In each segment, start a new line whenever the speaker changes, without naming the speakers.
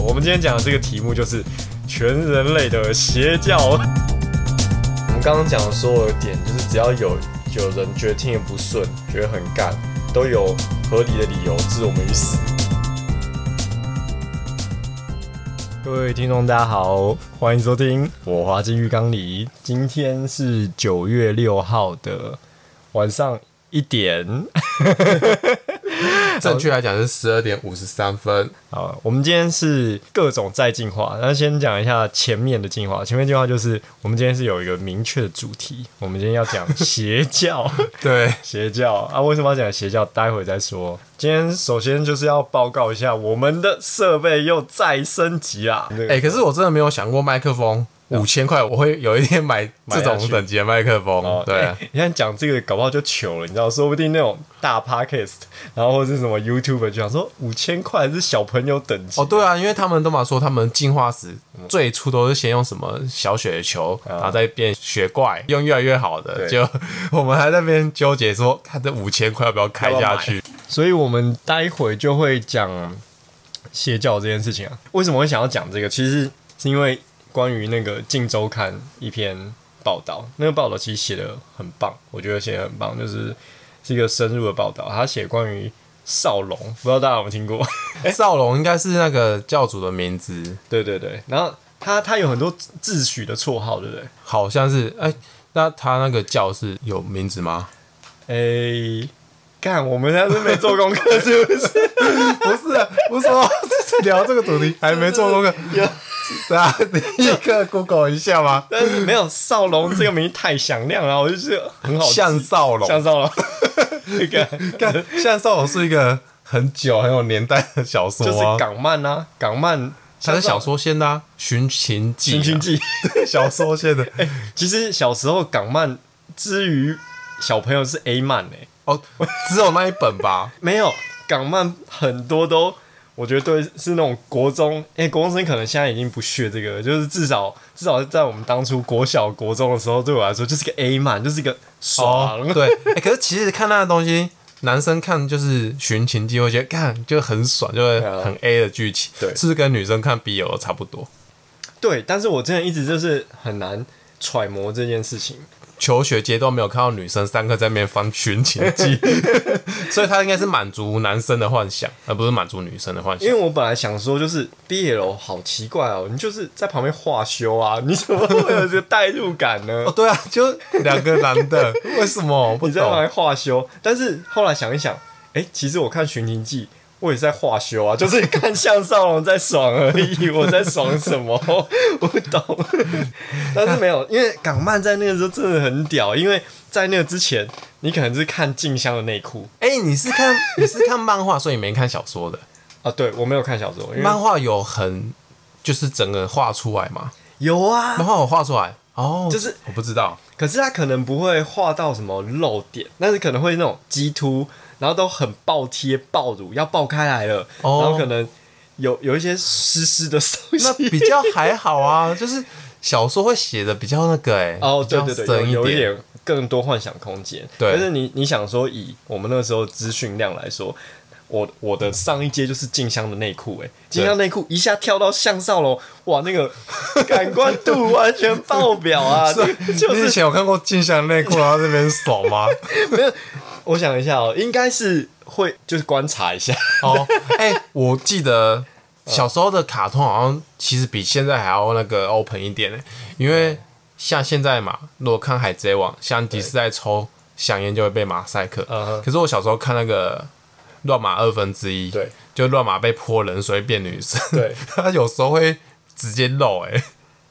我们今天讲的这个题目就是全人类的邪教。我们刚刚讲的所有的点，就是只要有有人觉得听得不顺，觉得很干，都有合理的理由置我们于死。各位听众，大家好，欢迎收听我滑进浴缸里。今天是九月六号的晚上一点。
正确来讲是十二点五十三分。
好，我们今天是各种再进化，那先讲一下前面的进化。前面进化就是我们今天是有一个明确的主题，我们今天要讲邪 教，
对，
邪教啊，为什么要讲邪教？待会再说。今天首先就是要报告一下，我们的设备又再升级啦。
哎、可是我真的没有想过麦克风五千块，我会有一天买
哦买
这
下去
种等级的麦克风。
哦
对、啊
欸你看讲这个，搞不好就糗了，你知道？说不定那种大 podcast，然后或是什么 YouTuber 就想说五千块是小朋友等级
哦，对啊，因为他们都嘛说他们进化史最初都是先用什么小雪球，然后再变雪怪，用越来越好的。
嗯对
就我们还在那边纠结说，看这五千块要不要开下去？
所以我们待会就会讲邪教这件事情啊。为什么会想要讲这个？其实是因为关于那个《镜周刊》一篇报道，那个报道其实写的很棒，我觉得写的很棒，就是是一个深入的报道。他写关于少龙，不知道大家有没有听过？
少龙应该是那个教主的名字，
对对对，然后他他有很多自自诩的绰号，对不对？
好像是哎、那他那个教是有名字吗？
诶、看我们现在是没做功课，是不是？
不是啊，不是说聊这个主题，还没做功课。对啊，你立刻 Google 一下吗？
但是没有少龙这个名字太响亮了，我就觉得很好记
向少龙，
像少 龙，那个
看向少龙是一个很久很有年代的小说
就是
啊，
港漫啊，港漫
它是小
《
说线的啊，《寻秦记》
寻
啊。
秦记》。哎
小说线的
其实小时候港漫之于小朋友是 A 漫诶、
哦，只有那一本吧。
没有港漫很多都。我觉得对，是那种国中，哎、国中生可能现在已经不屑这个了，就是至少至少在我们当初国小、国中的时候，对我来说就是个 A 漫，就是一个爽，
哦，对，哎可是其实看那个东西。男生看就是《寻秦记》，会觉得看就很爽，就会
啊
很 A 的剧情，
对
是不是跟女生看 BL 差不多？
对。但是我真的一直就是很难揣摩这件事情，
求学阶段没有看到女生三个在那边翻《寻情 记》，所以他应该是满足男生的幻想，而不是满足女生的幻
因
想
为。我本来想说，就是 BL 好奇怪哦，你就是在旁边画修啊， 你怎么会有这个代入感呢
哦，？对啊，就两个男的， 为什么我不
你在旁
懂？
边画修，但是后来想一想，哎、其实我看《寻秦记》，我也在画修啊，就是看向少龙在爽而已，我在爽什么？我不懂。但是没有，因为港漫在那个时候真的很屌，因为在那个之前，你可能是看静香的内裤
哎、你是看你是看漫画，所以你没看小说的。
啊，对我没有看小说，因为
漫画有很就是整个画出来嘛，
有啊
漫，画有画出来哦，
就是
我不知道
可是他可能不会画到什么漏点，但是可能会那种激突，然后都很爆贴、爆乳，要爆开来了，
哦
然后可能有有一些湿湿的东
那
西。
比较还好啊， 就是小说会写的比较那个 哎、
哦，
比
对
较
对对，
深
有有一
点。
点更多幻想空间。
对
但是你你想说，以我们那时候资讯量来说，我我的上一阶就是静香的内裤，哎，静香内裤一下跳到向上楼，哇，那 个感官度完全爆表啊！就
你以
是
前有看过静香内裤，然后这边爽吗？
我想一下哦，应该是会就是观察一下。
哦，哎、我记得小时候的卡通好像其实比现在还要那个 open 一点呢，欸因为像现在嘛，如果看《海贼王》，像迪斯在抽香烟就会被马赛克
嗯。哼
可是我小时候看那个《乱马二分之一》，
对，
就乱马被泼冷水变女生，
对，
他有时候会直接漏哎、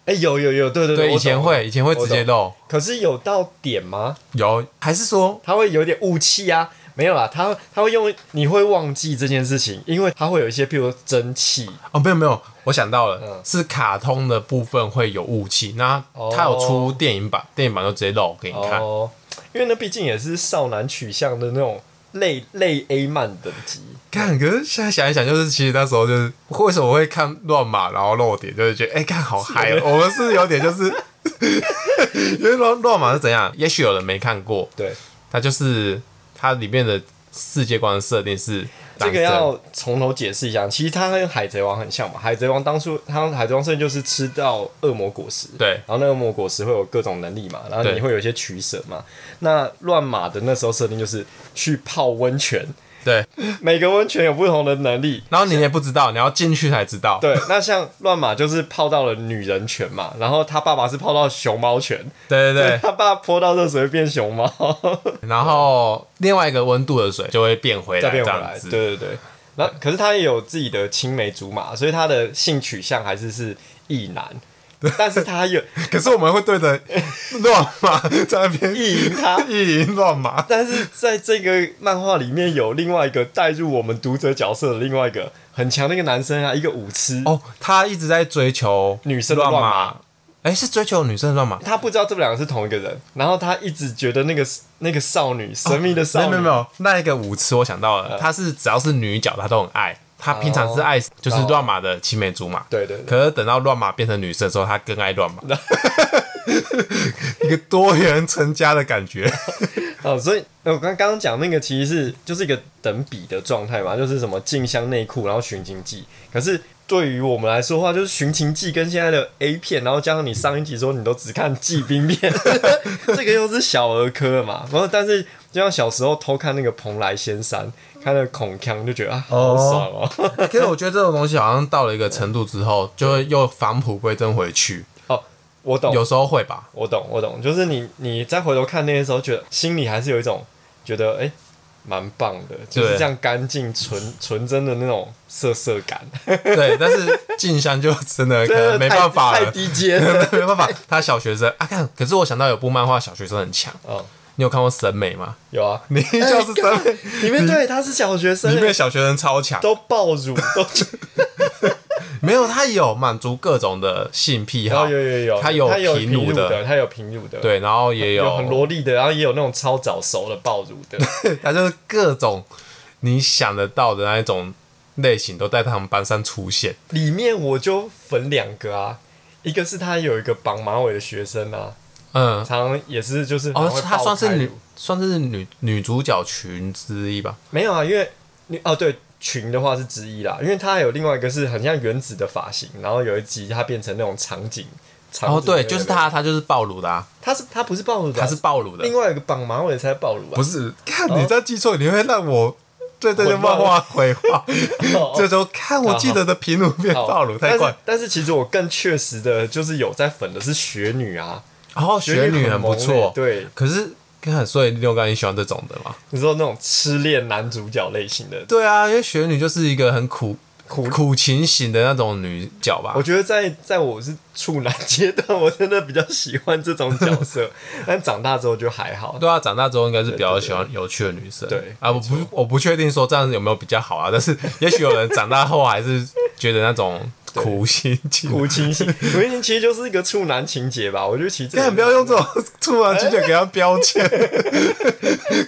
哎、有有有，对对
对，
我
以前
懂
会，以前会直接漏，
可是有到点吗？
有还是说
他会有点雾气啊？没有啦，他他会用你会忘记这件事情，因为他会有一些，譬如说蒸汽，
哦，没有没有，我想到了，
嗯
是卡通的部分会有雾气，那
哦
它有出电影版，电影版就直接露给你看。
哦，因为那毕竟也是少男取向的那种类类 A 漫等级，
看，可是现在想一想，就是其实那时候就是为什么会看乱码，然后露点，就是觉得哎，看、好嗨、哦。我们是有点就是， 因为乱乱码是怎样？也许有人没看过，
对，
它就是它里面的世界观设定是
这
蓝
个
色
要从头解释一下。其实它跟海贼王很像嘛，海贼王当初它海贼王圣就是吃到恶魔果实，
对
然后那恶魔果实会有各种能力嘛，然后你
对
会有一些取舍嘛。那乱马的那时候设定就是去泡温泉，
对，
每个温泉有不同的能力。
然后你也不知道，你要进去才知道。
对，那像乱马就是泡到了女人泉嘛，然后他爸爸是泡到熊猫泉，
对对
他爸泼到热水会变熊猫，
对，然后另外一个温度的水就会变回来，
再变回
这
来
样。子。
对对对。然后，可是他也有自己的青梅竹马，所以他的性取向还是是异男， 但是他有
可是我们会对着 乱码在那边
意淫他
意淫乱码，
但是在这个漫画里面有另外一个带入我们读者角色的另外一个很强的一个男生啊，一个舞痴，
哦，他一直在追求
女生的乱
码，哎、是追求女生的乱码？
他不知道这两个是同一个人，然后他一直觉得那个那个少女神秘的
没
少
有
女，嗯
哦没有没有，那一个舞池我想到了，他是只要是女角，他都很爱。他平常
哦
是爱就是乱码的青梅竹马，
对对对
可是等到乱码变成女生的时候，他更爱 乱码，一个多元成家的感觉。
哦，所以呃我刚刚刚讲那个其实是就是一个等比的状态嘛，就是什么静香内裤，然后寻情记。可是对于我们来说的话，就是寻情记跟现在的 A 片，然后加上你上一集说你都只看纪冰片， 这个又是小儿科嘛。然后但是就像小时候偷看那个蓬莱仙山，看那个孔锵就觉得啊，好爽哦。
可是我觉得这种东西好像到了一个程度之后，就会又返璞归真回去，
哦，我懂，
有时候会吧。
我懂，我懂，就是你你再回头看那些时候，觉得心里还是有一种觉得哎，诶蛮、棒的，就是
对
这样干净、纯纯真的那种色色感，
对，但是静香就真的可能没办法
太
了
太，低阶了。
没办法。他小学生啊，看，可是我想到有部漫画小学生很强，
哦，
你有看过《审美》 吗？
有啊，
你就是审美，
里面对他是小学生
里，面小学生超强，
都爆乳， 都
没有他有满足各种的性癖
然
好，
后哦有有有，
他
有
有
平
平乳的
的，他有平乳的，，
对，然后也
有很
有，
萝莉的，然后也有那种超早熟的爆乳 的，
他就是各种你想得到的那一种类型都在他们班上出现。
里面我就粉两个啊。一个是他有一个绑马尾的学生啊，
嗯，
常常也是就是好像
哦，
会
她
爆
算是
开
女
乳，
算是女女主角群之一吧。
没有啊，因为你哦对群的话是之一啦，因为它还有另外一个是很像原子的发型，然后有一集它变成那种场景。长颈
哦，对，
那个
就是，她，她就是暴乳的、啊，
它是它不是暴露的啊，
她是暴乳的
另，外一个哦绑马尾的才啊是暴露吧？
不
是，
是？看你这样记错，你会让我对这些漫画毁 话。这时候看我记得的评论变
哦好
暴乳，太
但是
快。
但是其实我更确实的就是有在粉的是雪女啊，
然后雪哦女很不
雪萌欸
错，
对，
可是看，所以六刚你喜欢这种的嘛？
你说那种痴恋男主角类型的，
对啊，因为雪女就是一个很苦苦苦情型的那种女角吧
我。觉得在在我是处男阶段，我真的比较喜欢这种角色， 但长大之后就还好。
对啊，长大之后应该是比较
对对对
喜欢有趣的女生。
对
啊，我不我不确定说这样子有没有比较好啊，但是也许有人长大后还是觉得 那种苦心 情。
苦情型，苦情型其实就是一个处男情节吧。我觉得其实这个
但不要用这种 处男情节给他标签，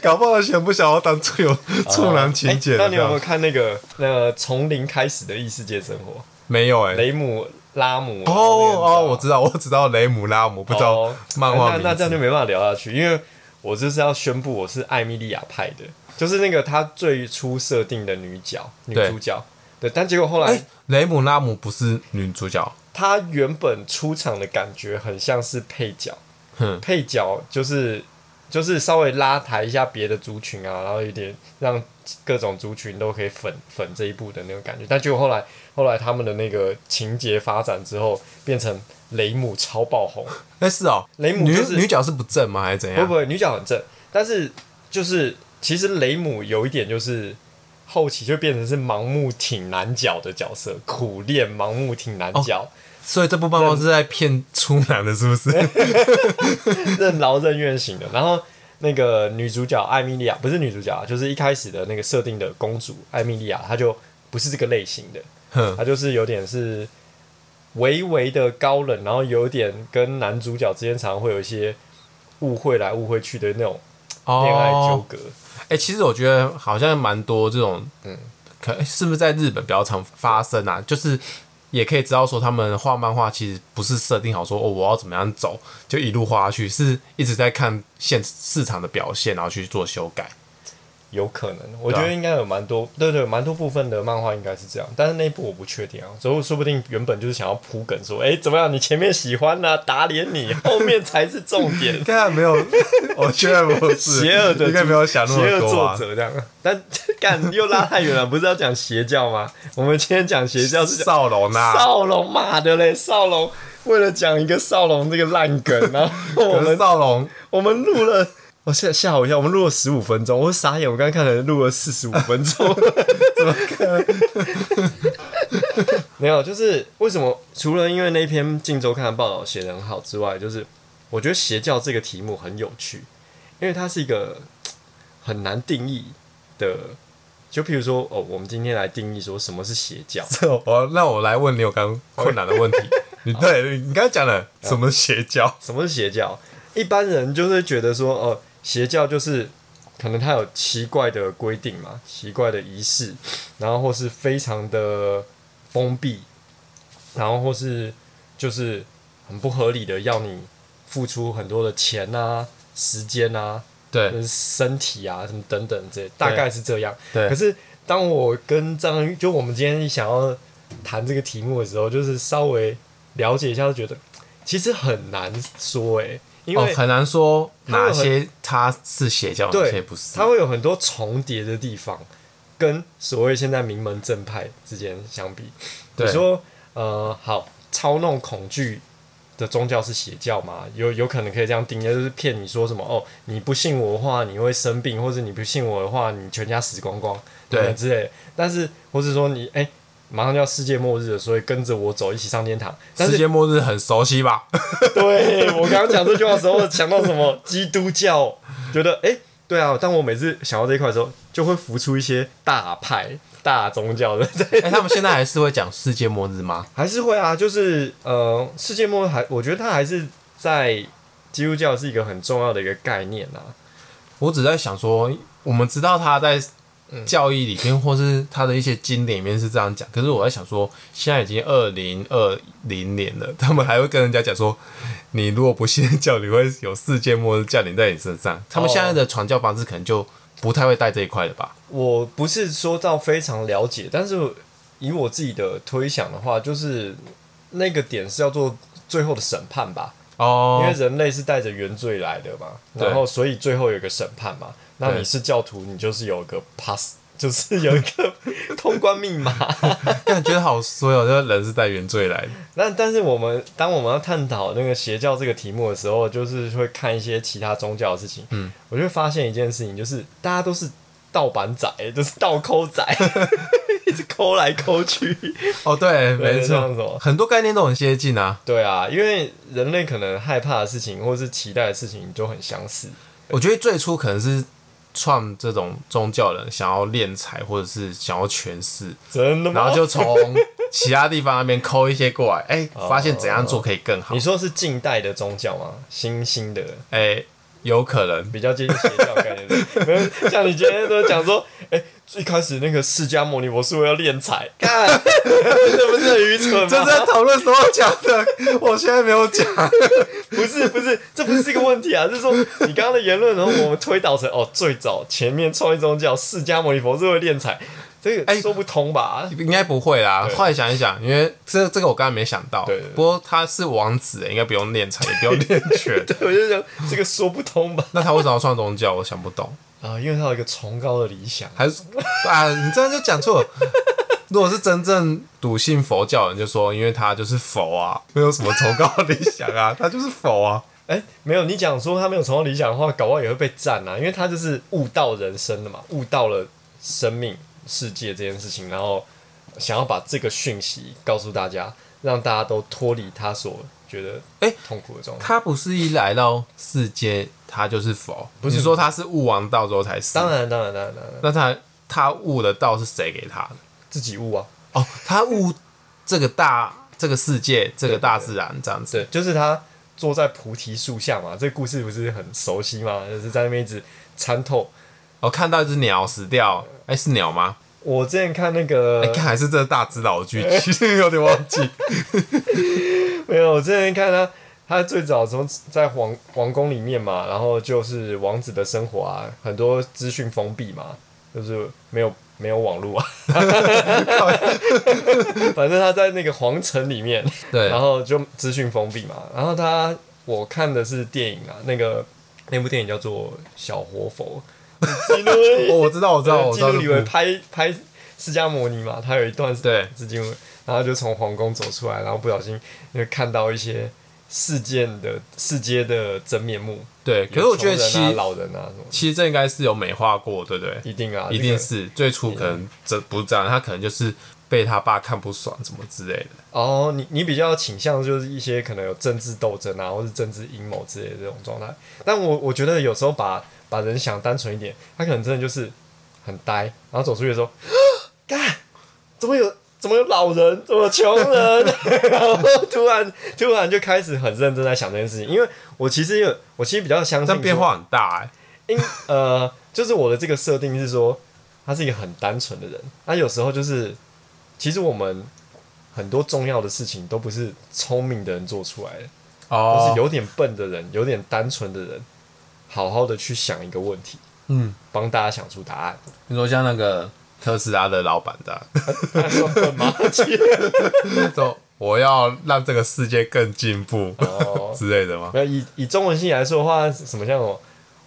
搞不好显不想要当处有处男情节
哎
的
那你有
料。
没有看那个那个从零开始的异世界生活？
没有哎。
雷姆拉姆
哦哦，我知道，我只知道雷姆拉姆，不
道
知道
哦
漫画名字。
那那这样就没办法聊下去，因为我就是要宣布我是艾米莉亚派的，就是那个他最初设定的女角女
对
主角。对，但结果后来
哎，雷姆拉姆不是女主角，
她原本出场的感觉很像是配角，
哼，
配角就是就是稍微拉抬一下别的族群啊，然后有点让各种族群都可以粉粉这一部的那种感觉。但结果后来后来他们的那个情节发展之后，变成雷姆超爆红，
哎是哦，
雷姆
女
就是
女角是不正吗？还是怎
不
样
不？会女角很正，但是就是其实雷姆有一点就是。后期就变成是盲目挺男角的角色，苦练盲目挺男角，
所以这部漫画是在骗处男的，是不是？
哎任劳任怨型的。然后那个女主角艾米莉亚不是女主角啊，就是一开始的那个设定的公主艾米莉亚，她就不是这个类型的，
哼，
她就是有点是微微的高冷，然后有点跟男主角之间常常会有一些误会来误会去的那种恋爱纠
哦，
葛。
哎、其实我觉得好像蛮多这种，嗯，可是不是在日本比较常发生啊？就是也可以知道说，他们画漫画其实不是设定好说哦，我要怎么样走，就一路画下去，是一直在看现市场的表现，然后去做修改。
有可能，我
对
觉
啊，
得应该有蛮多，对对，蛮多部分的漫画应该是这样，但是那一部我不确定啊，所以说不定原本就是想要铺梗说，哎，怎么样？你前面喜欢呐、打脸你，后面才是重点
该没 有，我觉得不是
邪恶的
应该没有想那
邪
么
恶
多
作
啊。
者这样。但 干又拉太远了，不是要讲邪教吗？我们今天讲邪教是讲
少龙啊，
少龙妈的嘞，少龙为了讲一个少龙这个烂梗，然后我
可是
们
少龙
我们录 了，我哦吓吓我一跳，我们录了十五分钟，我傻眼，我刚刚看了录了四十五分钟， 怎么可能？ 没有，就是为什么除了因为那篇《镜周刊》的报道写得很好之外，就是我觉得邪教这个题目很有趣，因为它是一个很难定义的。就譬如说，哦，我们今天来定义说什么是邪教，
这我那我来问你有刚困难的 问题。你对你刚才讲了什么邪教？
什么是邪教？一般人就是觉得说，哦、邪教就是可能它有奇怪的规定嘛，奇怪的仪式，然后或是非常的封闭，然后或是就是很不合理的要你付出很多的钱啊、时间啊、
对
身体啊什么等等这，大概是这样。
对
可是当我跟张就我们今天想要谈这个题目的时候，就是稍微了解一下，就觉得其实很难说诶、因
哦
为，
很难说
它会很
哪些它是邪教，哪
对
些不是
它。会有很多重叠的地方，跟所谓现在名门正派之间相比，
对
你说呃，好操弄恐惧的宗教是邪教吗？有有可能可以这样定义，就是骗你说什么哦，你不信我的话你会生病，或者你不信我的话你全家死光光，
对
等等之类的。但是或是说你哎、马上就要世界末日了，所以跟着我走，一起上天堂。但
世
是
界末日很熟 悉吧？
对我刚刚讲这句话的时候，想到什么基督教，觉得哎、对啊，当我每次想到这一块的时候，就会浮出一些大派、大宗教的在
哎，他们现在还是会讲世界末日吗？
还是会啊，就是呃，世界末日还，我觉得它还是在基督教是一个很重要的一个概念啊。
我只在想说，我们知道他在
嗯
教义里面，或是他的一些经典里面是这样讲，可是我在想说，现在已经二零二零年了，他们还会跟人家讲说，你如果不信教，你会有世界末日降临在你身上。他们现在的传教方式可能就不太会带这一块了吧？
我不是说到非常了解，但是以我自己的推想的话，就是那个点是要做最后的审判吧，因为
哦，
人类是带着原罪来的嘛，
对
然后所以最后有一个审判嘛。那
对
你是教徒，你就是有一个 pass，就是有一 个通关密码。
感觉得好衰哦，这个人是带原罪来的。
那但是我们当我们要探讨那个邪教这个题目的时候，就是会看一些其他宗教的事情。嗯，我就会发现一件事情，就是大家都是盗版仔，都是倒抠 仔，一直抠来抠去。
哦，对，
对
没
像什
错
么，
很多概念都很接近啊。
对啊，因为人类可能害怕的事情或是期待的事情都很相似。
我觉得最初可能是创这种宗教人想要敛财，或者是想要权
哦
势，
真的吗？
然后就从其他地方那边抠一些过来，哎、发现怎样做可以更
哦
好
你，说是近代的宗教吗？新兴的。
哎、有可能
比较接近邪教概念的， 没有像你今天都讲说，哎、最开始那个释迦牟尼佛是为了敛财， 干，这不是很愚蠢吗？
这是在讨论时候讲的，我现在没有讲。
不是不是，这不是一个问题啊，是说你刚刚的言论，然后我们推导成哦，最早前面创立宗教释迦牟尼佛是为了敛财，这
哎
个说不通吧？
应该不会啦。
对
后来想一想，因为这这个我刚才没想到。
对对对
不过他是王子，应该不用敛财，也不 用敛权。
对，我就想这个说不通吧？
那他为什么要创宗教？我想不懂。
啊，因为他有一个崇高的理想，
还是 啊，你这样就讲错了。如果是真正笃信佛教的人，就说因为他就是佛啊，没有什么崇高的理想啊， 他就是佛啊。
哎、没有，你讲说他没有崇高理想的话，搞不好也会被赞啊，因为他就是悟到人生了嘛，悟到了生命世界这件事情，然后想要把这个讯息告诉大家，让大家都脱离他所觉得
哎
痛苦的状态。
他不是一来到世间他就是佛，不是说他是悟王道之后才是。
当，然，当然，当然，当然，
那他他悟的道是谁给他的？
自己悟啊，
哦，他悟这个大这个世界这个大自然这样子。
对，就是他坐在菩提树下嘛，这个故事不是很熟悉吗？就是在那边一直参透。
我、哦看到一只鸟死掉，哎、是鸟吗？
我之前看那个，
哎、看还 是这大只老剧，其实有点忘记。
没有，我之前看他他最早从在皇皇宫里面嘛，然后就是王子的生活啊，很多资讯封闭嘛，就是没有没有网络啊。 反正他在那个皇城里面，
对哦
然，后就资讯封闭嘛。然后他我看的是电影啊，那个那部电影叫做《小活 佛》，基努
哦，我知道，我知道，我
基
知
努
道
里维
这部，
拍拍释迦摩尼嘛，他有一段是
对
资金，然后就从皇宫走出来，然后不小心就看到一些事件的世界的真面目。
对。可是我觉得
有
其
穷人啊
实
老人啊什么，
其实这应该是有美化过，对不对？
一定啊，
一定是最初可能这不是这样，他可能就是被他爸看不爽，怎么之类的。
这个哦。你你比较倾向就是一些可能有政治斗争啊，或是政治阴谋之类的这种状态。但我我觉得有时候把把人想单纯一点，他可能真的就是很呆，然后走出去的时候， 干怎么有？怎么有老人？怎么有穷人？ 然后突然突然就开始很认真在想这件事情，因为我其实有，我其实比较相信
但
说
变化很大哎、
因呃，就是我的这个设定是说，他是一个很单纯的人。那有时候就是，其实我们很多重要的事情都不是聪明的人做出来的，都
哦
是有点笨的人、有点单纯的人，好好的去想一个问题，
嗯，
帮大家想出答案。
你说像那个特斯拉的老板 这样，
他说笨 吗？
说我要让这个世界更进步
哦，
之类的吗？
没有以以中文系来说的话，什么像我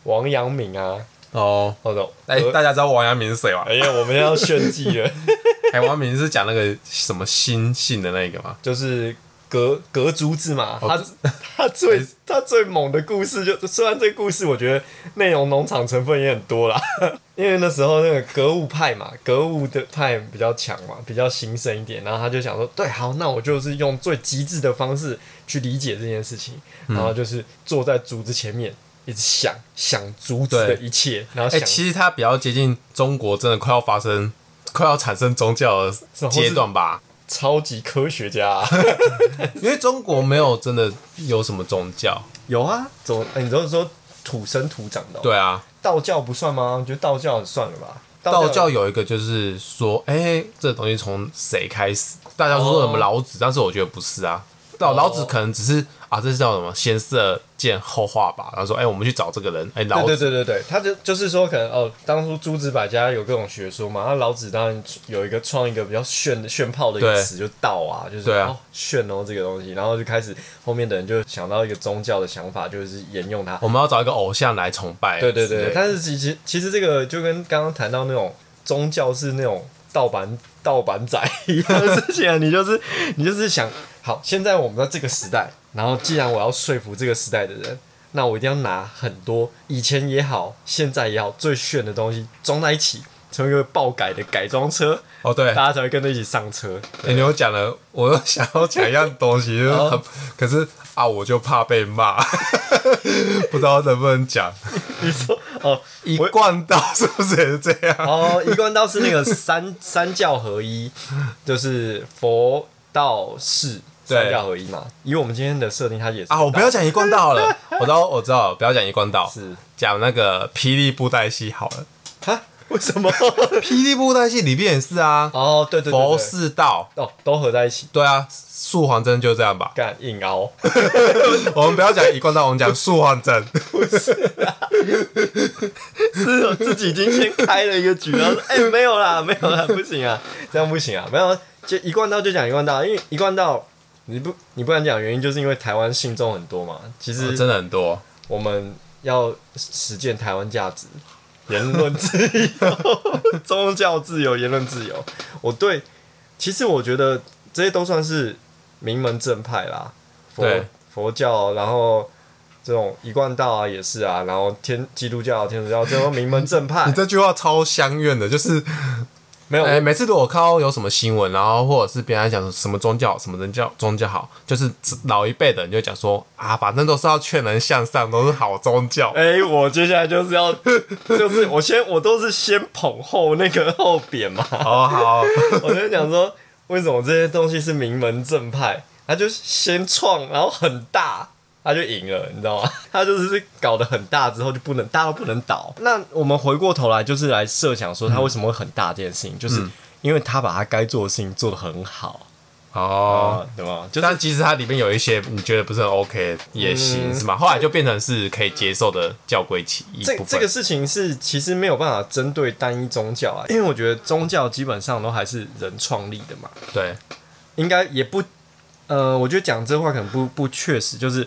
王阳明啊，
哦，
或者呃
哎、大家知道王阳明是谁吗？
哎呀，我们要炫技了，
哎、王阳明是讲那个什么心性的那个吗？
就是隔隔竹子嘛，
哦
他他最他最猛的故事就，虽然这故事我觉得内容农场成分也很多啦， 因为那时候那个格物派嘛，格物的派比较强嘛，比较兴盛一点，然后他就想说，对，好，那我就是用最极致的方式去理解这件事情，然后就是坐在竹子前面。一直想想竹子的
对
一切，然后
哎、
想
其实它比较接近中国真的快要发生、快要产生宗教的阶段吧，
超级科学家 啊、
因为中国没有真的有什么宗教。
有啊，总、哎你都是说土生土长的哦、
对啊，
道教不算吗？我觉得道教算了吧。
道教有一个就是说，哎、这东西从谁开始？大家都说什么老子，但是我觉得不是啊。老老子可能只是啊，这是叫什么？先射箭后画靶，然后说，哎、我们去找这个人，哎、老
对
子
对对对对，他就就是说，可能哦，当初诸子百家有各种学说嘛，那老子当然有一个创一个比较炫的炫炮的一个
对
词，就道啊，就是、
对啊
哦炫哦这个东西，然后就开始后面的人就想到一个宗教的想法，就是沿用它。
我们要找一个偶像来崇拜。
对对
之类
对，
的
但是其实其实这个就跟刚刚谈到那种宗教是那种盗版盗版仔一样的事情啊，你就是 你就是想，好，现在我们在这个时代，然后既然我要说服这个时代的人，那我一定要拿很多以前也好，现在也好最炫的东西装在一起，成为一个爆改的改装车，
哦对，
大家才会跟着一起上车。
欸、你又讲了，我又想要讲一样东西，就是很可是啊，我就怕被骂， 不知道能不能讲。
你说哦
一贯道是不是也是这样？
哦，一贯道是那个三三教合一，就是佛道释
对
三教合一嘛。以我们今天的设定，它也是
啊，我不要讲一贯道 好了，我知道，我知道，不要讲一贯道，
是
讲那个霹雳布袋戏好了。
啊？为什 么？
霹雳布袋戏里面也是啊，
哦，对对对对
佛寺道，
哦，都合在一起。
对啊，素还真就这样吧
干硬凹。
我们不要讲一贯道，我们讲素还真。
是我自己已经先开了一个局， 然后说哎、没有啦，没有啦，不行啊，这样不行啊，没有就一贯道就讲一贯道，因为一贯道你不你不敢讲原因，就是因为台湾信众很多嘛，其实
哦真的很 多，
我们要实践台湾价值，言论自由、 宗教自由、言论自由。我对，其实我觉得这些都算是名门正派啦，佛
对
佛教，然后这种一贯道啊也是啊，然后天基督教、天主教这种名门正派
你这句话超相怨 的，就是
没有。
哎、每次如果我看到有什么新闻，然后或者是别人讲什么宗教、什么人教宗教好，就是老一辈的人就会讲说啊，反正都是要劝人向上，都是好宗 教。
哎、我接下来就是要，就是我先，我都是先捧后那个后贬嘛。
哦，好，
我就想说，为什么这些东西是名门正派？他就先创，然后很大，他就赢了，你知道吗？ 他就是搞得很大之后就不能大到不能倒。那我们回过头来，就是来嗯设想说他为什么会很大这件事情，就是因为他把他该做的事情做得很好。啊，
哦，
对吗？就是
但其实它里面有一些你觉得不是很 OK 也行、是吗？后来就变成是可以接受的教规其一
这
部分。
这个事情是其实没有办法针对单一宗教啊，因为我觉得宗教基本上都还是人创立的嘛，
对，
应该也不，呃，我觉得讲这话可能不不确实，就是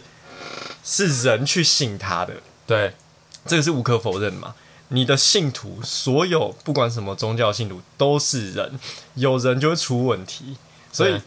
是人去信他的，
对，
这个是无可否认的嘛。你的信徒，所有不管什么宗教信徒都是人，有人就会出问题，所以
对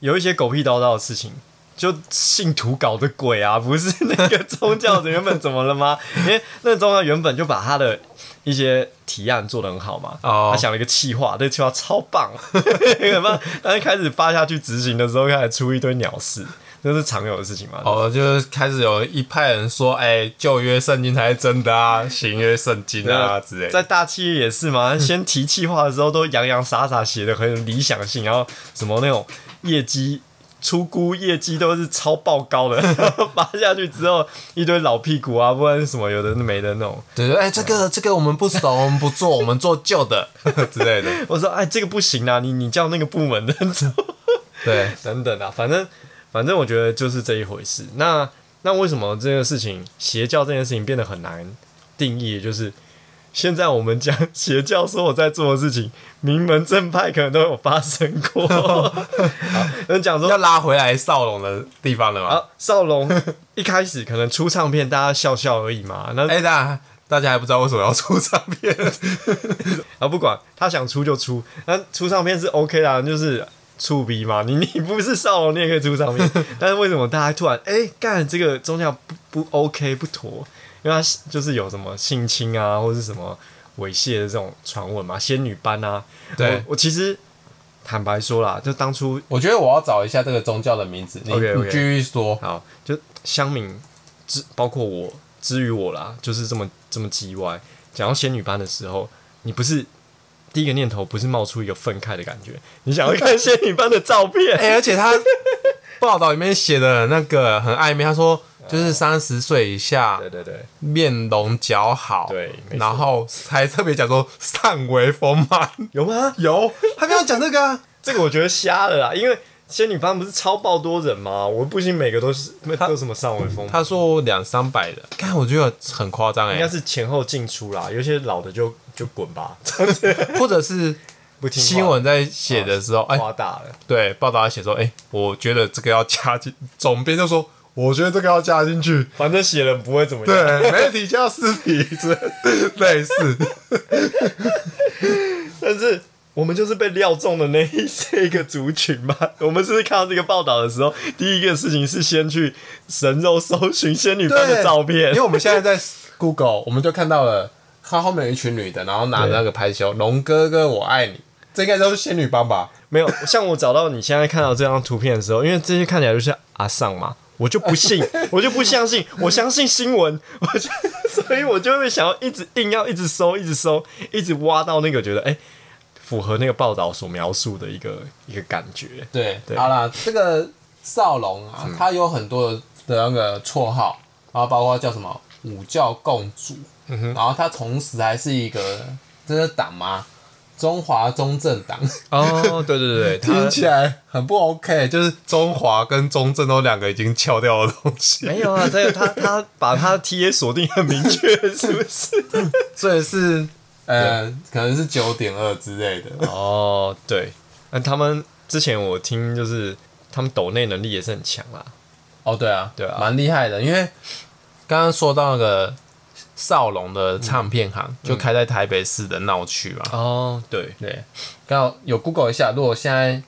有一些狗屁叨叨的事情，就信徒搞的鬼啊， 不是那个宗教的原本怎么了吗？ 因为那个宗教原本就把他的一些提案做得很好嘛，
哦
他想了一个企划，这个企划超棒， 很棒，但是开始发下去执行的时候，开始出一堆鸟事，这是常有的事情嘛。
哦，就是开始有一派人说，哎、旧约圣经才是真的啊，新约圣经啊之类
在
的。
大企业也是 嘛，先提计划的时候都洋洋洒洒写的很理想性，然后什么那种业绩出估业绩都是超爆高的， 发下去之后一堆老屁股啊，不然是什么有的没的那种。
对对，哎、这个这个我们不熟，我们不做，我们做旧的 之类的。
我说哎，这个不行啊，你你叫那个部门的人走
对，
等等啊，反正反正我觉得就是这一回事。那那为什么这个事情邪教这件事情变得很难定义？就是现在我们讲邪教说我在做的事情，名门正派可能都有发生过。好有人讲说
要拉回来少龙的地方了嘛？
啊，少龙一开始可能出唱片，大家笑笑而已嘛。那、
哎、大家大家还不知道为什么要出唱片？
啊不管他想出就出，那出唱片是 OK 啦，就是。触逼嘛，你你不是少龙，你也可以出唱片。但是为什么大家突然哎干、这个宗教不不 OK 不妥？因为它是就是有什么性侵啊，或是什么猥亵的这种传闻嘛，仙女班啊。
对
我，我其实坦白说啦，就当初
我觉得我要找一下这个宗教的名字，你
OK，OK
你继续说。
好，就乡民之包括我之于我啦，就是这么这么叽歪。讲到仙女班的时候，你不是第一个念头不是冒出一个愤慨的感觉，你想要看仙女班的照片，
哎、而且他报道里面写的那个很暧昧，他说就是三十岁以下，
对对对，
面容姣好，
对没错
然后还特别讲说尚为丰满，
有吗？
有，他没有讲这个、啊，
这个我觉得瞎了啦，因为仙女班不是超爆多人吗？我不信每个都是都什么上微风，
他说两三百的，看我觉得很夸张
应该
哎，
是前后进出啦，有些老的就就滚吧，
或者是
不听话啊
新闻在写的时候，哎、
夸大了。
对，报道在写说，哎、我觉得这个要加进，总编就说我觉得这个要加进去，
反正写了不会怎么样。
对，媒体叫视频之类类似，
但是我们就是被料中的那一这个族群嘛。 我们是不是看到这个报道的时候，第一个事情是先去神肉搜寻仙女班的照片
因为，我们现在在 Google，我们就看到了他后面有一群女的，然后拿着那个拍球，龙哥哥我爱你，这应该都是仙女帮吧？
没有像我找到你现在看到这张图片的时候，因为这些看起来就是阿尚嘛。我就不信，我就不相信，我相信新闻，我就 所以，我就会想要一直硬要一直搜，一直搜，一直挖到那个觉得哎、符合那个报道所描述的一个一个感觉。
对，
对嗯
好啦，这个少龙啊，他有很多的那个绰号，然后包括叫什么五教共主，
嗯
然后他同时还是一个这是党吗？中华中正党
哦，对对对，
听起来很不 OK，就是中华跟中正都两个已经翘掉的东西，
没有啊，他他他把他 T A 锁定很明确，是不是？
所以是呃，可能是九点二之类的。
哦，对，那他们之前我听就是他们抖内能力也是很强啦。
哦，对啊，
对啊
蛮厉害的。因为刚刚说到那个少龙的唱片行，就开在台北市的闹区嘛。
哦，对，
对，嗯刚好有 Google 一下，如果现在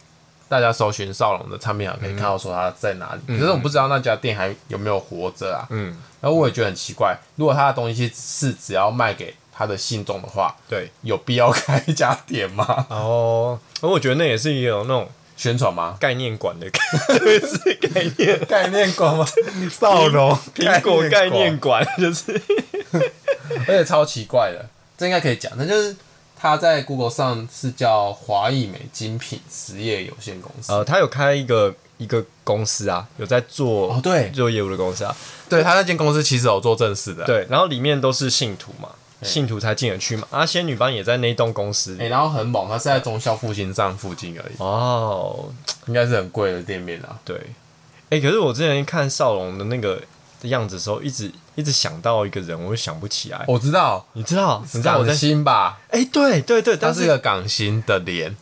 大家搜寻少龙的唱片行，可以看到说它在哪里。可是我不知道那家店还有没有活着啊。
嗯，
然后我也觉得很奇怪，如果他的东西是只要卖给他的信众的话，
对，
有必要开一家店吗？
哦，而我觉得那也是有那种
宣传吗？
概念馆的感 觉，就是概 念
概念馆吗？ 少龙
苹果概念 馆，就是
而且超奇怪的，这应该可以讲，那就是他在 Google 上是叫华裔美精品实业有限公司。
呃，他有开一个一个公司啊，有在做
哦，对
做业务的公司啊，
对，他那间公司其实有做正事的，，
对，然后里面都是信徒嘛，信徒才进得去嘛。啊，仙女班也在那栋公司
哎、
里。
然后很猛，它是在忠孝复兴站附近而已，
哦，
应该是很贵的店面啊。
对，哎、可是我之前看少龙的那个样子的时候，一直一直想到一个人，我就想不起来。
我知道，
你知道？你知道我
港
在？
星吧，
哎、对对对，
它
但
是
是
个港星的脸，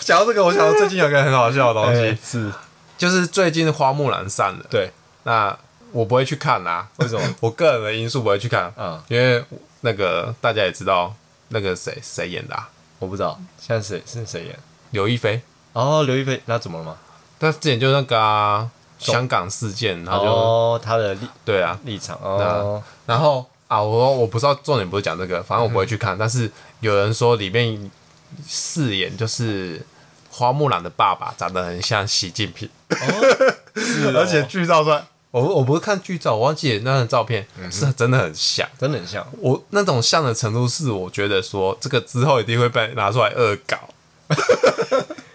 讲到这个，我想到最近有个很好笑的 东西，
是，就是最近花木兰散了，
对，
那我不会去看啊啦、
为 什么？
我个人的因素不会去看，
嗯，
因为那个大家也知道，那个谁谁演的、啊，
我不知道，现在谁是谁演？
刘亦菲，
哦，刘亦菲，那怎么了吗？
她之前就那个、啊、香港事件，然后就、
哦，他的立
对啊，
立场哦，
然后啊，我我不知道重点不是讲这个，反正我不会去
嗯
看，但是有人说里面饰演就是花木兰的爸爸长得很像习近平，
是哦
而且剧照出来，我我不是看剧照，我忘记那张照片、
嗯
是真的很像。
真的很像。
我那种像的程度是，我觉得说这个之后一定会被拿出来恶搞。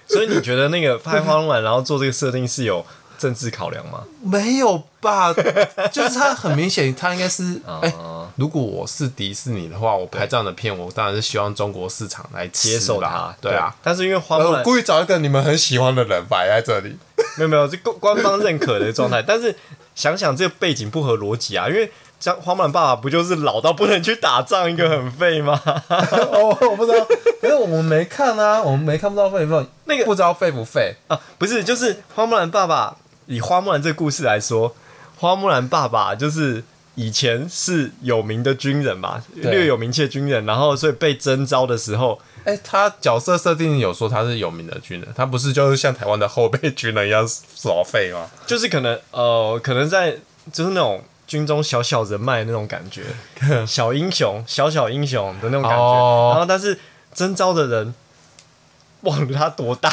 所以你觉得那个拍花木兰，然后做这个设定是有政治考量吗？
没有吧？ 就是他很明显，他应该是哎、
哦
如果我是迪士尼的话，我拍这样的片，我当然是希望中国市场来吃
接受
啦
它，
对啊。。
但是因为花
呃
木
我
兰
故意找一个你们很喜欢的人摆在这里。
没有没有是官官方认可的状态，但是想想这个背景不合逻辑啊，因为像花木兰爸爸不就是老到不能去打仗，一个很废吗？
哦，我不知道，可是我们没看啊，我们没看不到费不费，
那个
不知道费不费。
啊，不是，就是花木兰爸爸。以花木兰这个故事来说，花木兰爸爸就是以前是有名的军人嘛，
对
略有名气的军人，然后所以被征召的时候，
哎、他角色设定有说他是有名的军人，他不是就是像台湾的后备军人一样耍废吗？
就是可能呃，可能在就是那种军中小小人脉的那种感 觉，小英雄、小小英雄的那种感觉。
哦
然后，但是征召的人忘了他多 大，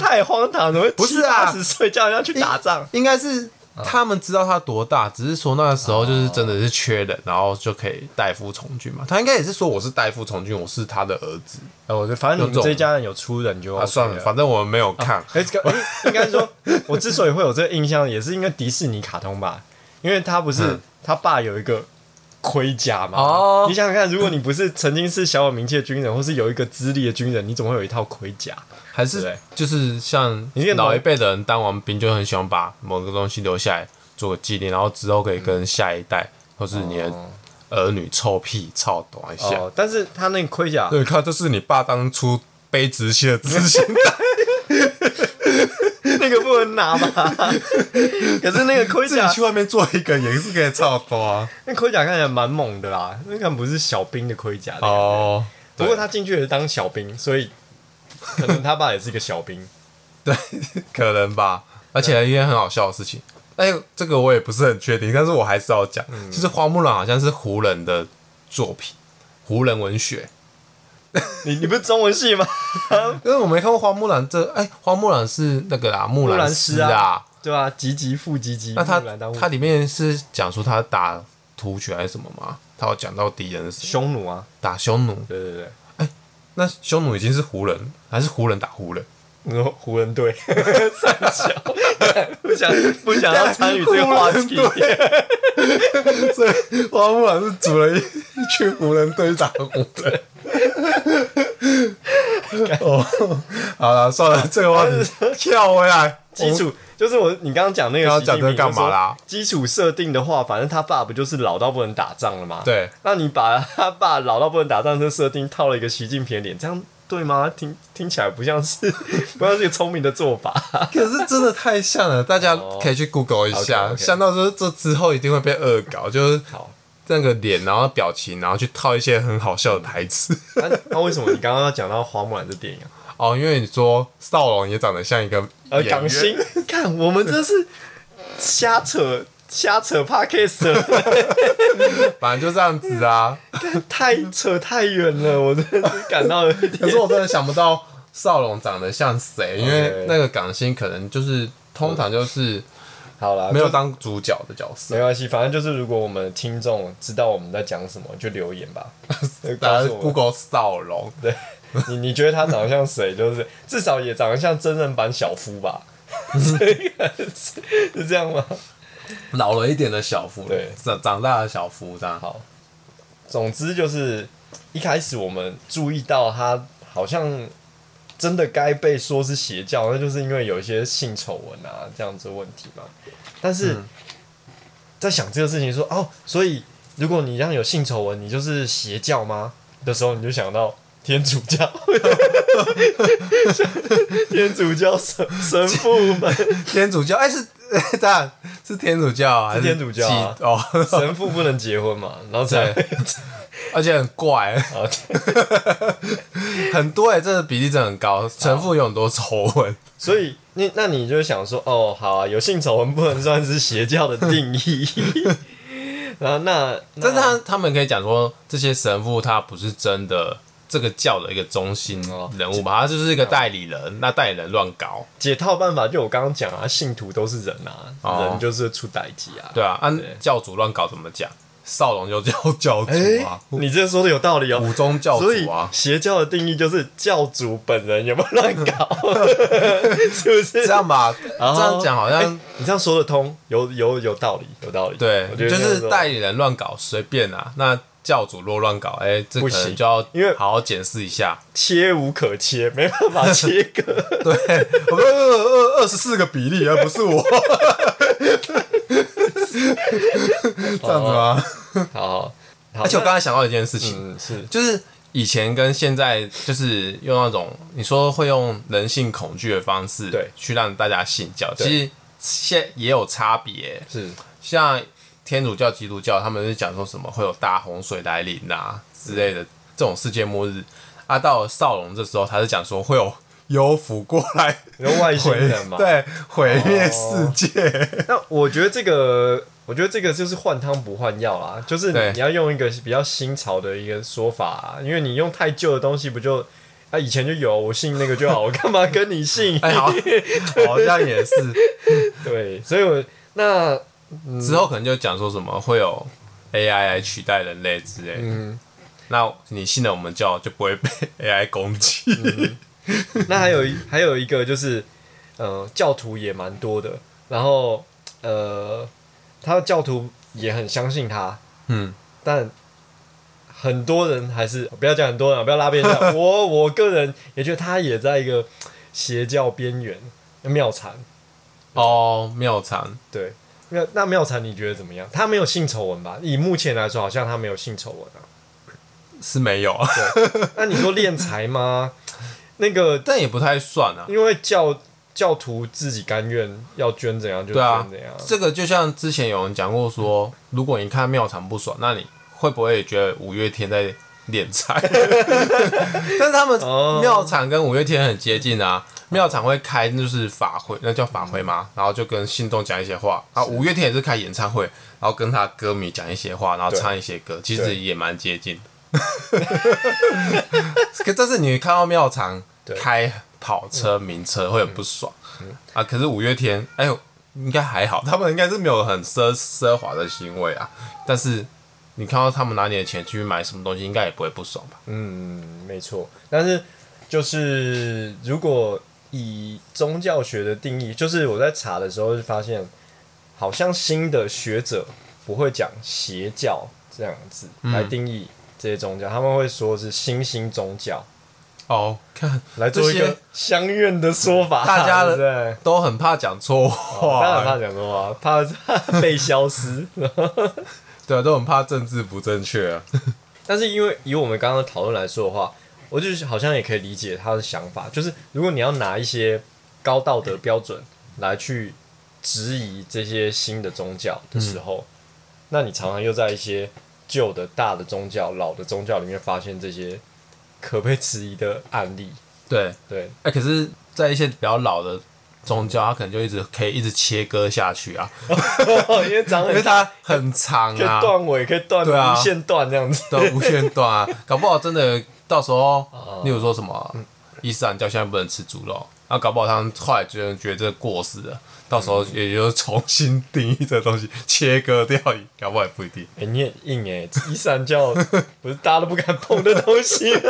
太荒唐了！
不是啊
十岁叫人家去打仗，
应该是他们知道他多大，只是说那个时候就是真的是缺人，然后就可以代父从军嘛。他应该也是说我是代父从军，我是他的儿子。
哎，我就反正你
有
们
种
这一家人有出人就 OK
啊，哦算了，反正我们没有看。
哎、这个哎应该说，我之所以会有这个印象，也是因为迪士尼卡通吧，因为他不是、
嗯
他爸有一个盔甲嘛。
哦
你想想看，如果你不是曾经是小有名气的军人，或是有一个资历的军人，你怎么会有一套盔甲？
还
对
是就是像
你这个
老一辈的人当完兵就很喜欢把某个东西留下来做个纪念，然后之后可以跟下一代或是你的儿女臭屁操短一下。
哦，但是他那个盔甲，
啊对，看这是你爸当初背直系的执 行带，
那个不能拿吧？可是那个盔
自己
甲
去，外面做一个也是可以操短啊。
那盔甲看起来蛮猛的啦，那个不是小兵的盔甲的感觉。
哦，
不过他进去也是当小兵，所以可能他爸也是一个小兵。
对， 可能吧。而
啊
且一件很好笑的事情，哎，这个我也不是很确定，但是我还是要讲，
嗯
就是花木兰好像是胡人的作品，胡人文学。
你你不是中文系吗？嗯
因为我没看过花木兰这，哎、花木兰是那个啦，木兰诗
木兰诗
啊。
对吧、啊？吉吉复吉吉，
那他
木兰当户
他里面是讲说他打突厥还是什么吗？他有讲到敌人是
匈奴啊，
打匈奴，
对对对，
那匈奴已经是胡人，还是胡人打胡人？
你说湖人 队三小，不想不想要参与这个话题，
湖所 以花木兰是组了一一群胡人队打胡人。哦， 好了，算了，这个话题跳回来。
基础就是我你刚刚讲那个
刚刚
习近
讲
平
这个干嘛啦
就说基础设定的话，反正他爸不就是老到不能打仗了吗？，
对，
那你把他爸老到不能打仗这设定套了一个习近平的脸，这样对吗？听听起来不像是 不像是一个聪明的做法。
可是真的太像了，大家
哦
可以去 Google 一下，
OK，OK
像到说这之后一定会被恶搞，就是
好，
那个脸，然后表情，然后去套一些很好笑的台词。
那那为什么你刚刚要讲到花木兰这电影啊？
哦，因为你说少龙也长得像一个
呃，
演员
港 星，看我们这是瞎扯瞎扯 p o d c a s
反正就这样子啊。
太扯太远了，我真的是感到有一
可
点。
是我真的想不到少龙长得像谁，因为
OK
那个港星可能就是通常就是
好啦，
没有
就
当主角的角色，
没关系，反正就是如果我们的听众知道我们在讲什么，就留言吧。
大
告
家
诉我们
Google 少龙，
对，你你觉得他长得像谁？就是至 少也长得像真人版小夫吧？这个是是这样吗？
老了一点的小夫，
对
长长大的小夫这样。
好，总之就是一开始我们注意到他好像真的该被说是邪教，那就是因为有一些性丑闻啊这样子的问题嘛。但是
嗯
在想这个事情说哦，所以如果你让有性丑闻，你就是邪教吗？的时候，你就想到天主教， 天主教神神父们，
天主教，哎、是， 这样是天主教啊还是
天主教啊
基哦，
神父不能结婚嘛，然后才
对，而且很怪，
好
很多哎，这个比例真的很高。神父有很多丑闻，
所以你那你就想说，哦，好啊，有性丑闻不能算是邪教的定 义。然后那，那
但是他他们可以讲说，这些神父他不是真的这个教的一个中心
哦
人物吧，他就是一个代理人，那代理人乱搞，
解套办法就我刚刚讲啊，信徒都是人啊，
哦
人就是出歹机啊。
对啊，按
对
教主乱搞怎么讲？少龙就叫教
哎、
主啊，
你这说的有道理哦。
武宗教
所以
主啊，
邪教的定义就是教主本人有没有乱 搞，是不是？
这样吧，这
然后
样讲好像
哎你这样说得通，有有有道理，有道理。
对
我觉，得
就
这样
是
说
代理人乱搞随便啊，那教主若乱搞，哎、这
不
可
行
能就要
因为
好好检视一下。
切无可切，没办法切割。
对， 我们二二二十四个比例，而不 是我，这样子吗？
好，好
而且我刚才想到一件事情，
嗯是
就是以前跟现在，就是用那种你说会用人性恐惧的方式，
对
去让大家信教，
对
其实现也有差别。
是
像天主教、基督教，他们是讲说什么会有大洪水来临啊之类的这种世界末日。啊，到了少龙这时候，他是讲说会有幽浮过来
你说外星
毁
人嘛？。哦
对毁灭世界。
那我觉得这个，我觉得这个就是换汤不换药啦，就是
对
你要用一个比较新潮的一个说法啊、因为你用太旧的东西，不就啊以前就有，我信那个就好， 我干嘛跟你信？
哎，好，好像也是。
对，所以我那
之后可能就讲说什么会有 AI 来取代人类之类的。
嗯
那你信了我们教，就不会被 AI 攻击。
那还有一还有一个就是，呃，教徒也蛮多的，然后呃，他的教徒也很相信他，
嗯，
但很多人还是不要讲很多人啊，不要拉偏 架。我我个人也觉得他也在一个邪教边缘，妙禅
哦，妙禅，
对。那那妙禅你觉得怎么样？他没有性丑闻吧？以目前来说，好像他没有性丑闻啊。
是没有，啊
那你说敛财吗？ 那个，
但也不太算啊。
因为教教徒自己甘愿要捐怎样就
对啊
捐怎样，
这个就像之前有人讲过说，如果你看妙禅不爽，那你会不会也觉得五月天在敛财？ 但是他们
哦
妙禅跟五月天很接近啊。妙禅会开就是法会，那叫法会嘛，然后就跟信众讲一些话。啊，五月天也是开演唱会，然后跟他歌迷讲一些话，然后
对
唱一些歌，其
对
实也蛮接近 的。可但是你看到妙禅
对嗯
开跑车、名车会很不爽、啊。可是五月天，哎呦，应该还好， 他们应该是没有很奢奢华的行为啊。但是你看到他们拿你的钱去买什么东西，应该也不会不爽吧？
嗯，没错。但是就是如果以宗教学的定义，就是我在查的时候就发现，好像新的学者不会讲邪教这样子
嗯
来定义这些宗教，他们会说是新兴宗教
哦，看
来做一
这
个
些
相愿的说法，
大家
对
的
不对？
都很怕讲错话、
哦当然怕讲错话，怕怕被消失。
对啊，都很怕政治不正确啊。
但是因为以我们刚刚的讨论来说的话，我就是好像也可以理解他的想法，就是如果你要拿一些高道德标准来去质疑这些新的宗教的时候，那你常常又在一些旧的大的宗教、老的宗教里面发现这些可被质疑的案例。
对，
对，
哎、可是，在一些比较老的宗教，它可能就一直可以一直切割下去啊，
因为长
因为
很
它很长
可以
啊，
断尾，可以断
对啊
无限断这样子。
对，无限段啊，搞不好真的到时候，
哦
例如说什么伊斯兰教现在不能吃猪肉，然后搞不好他们后来觉得觉得这过时了，到时候
嗯
也就重新定义这东西，切割掉，搞不好也不一定。
哎、你很硬哎、伊斯兰教不是大家都不敢碰的东西、啊，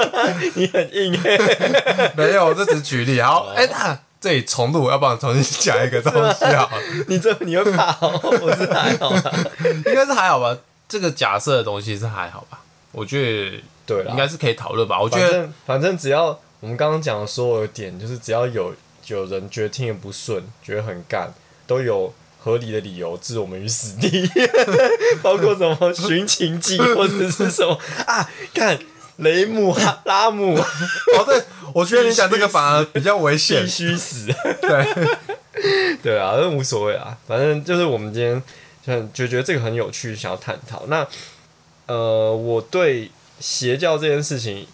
你很硬哎、 哦
没有，这只是举例。好，哎、那这里重录，要不然重新讲一个东西好 了，
你这你会怕哦？我是还好啦，
应该是还好吧？这个假设的东西是还好吧？我觉得
对啦，
应该是可以讨论吧。我觉
反
得
正反正只要我们刚刚讲的所有的点，就是只要有有人觉得听得不顺，觉得很干，都有合理的理由置我们于死地， 包括什么寻情记或者是什么啊，看雷姆哈拉姆啊
哦，对，我觉得你讲这个反而比较危 险
必。须死，
对，
对啊，那无所谓啊，反正就是我们今天就很就觉得这个很有趣，想要探讨。那呃，我对邪教这件事情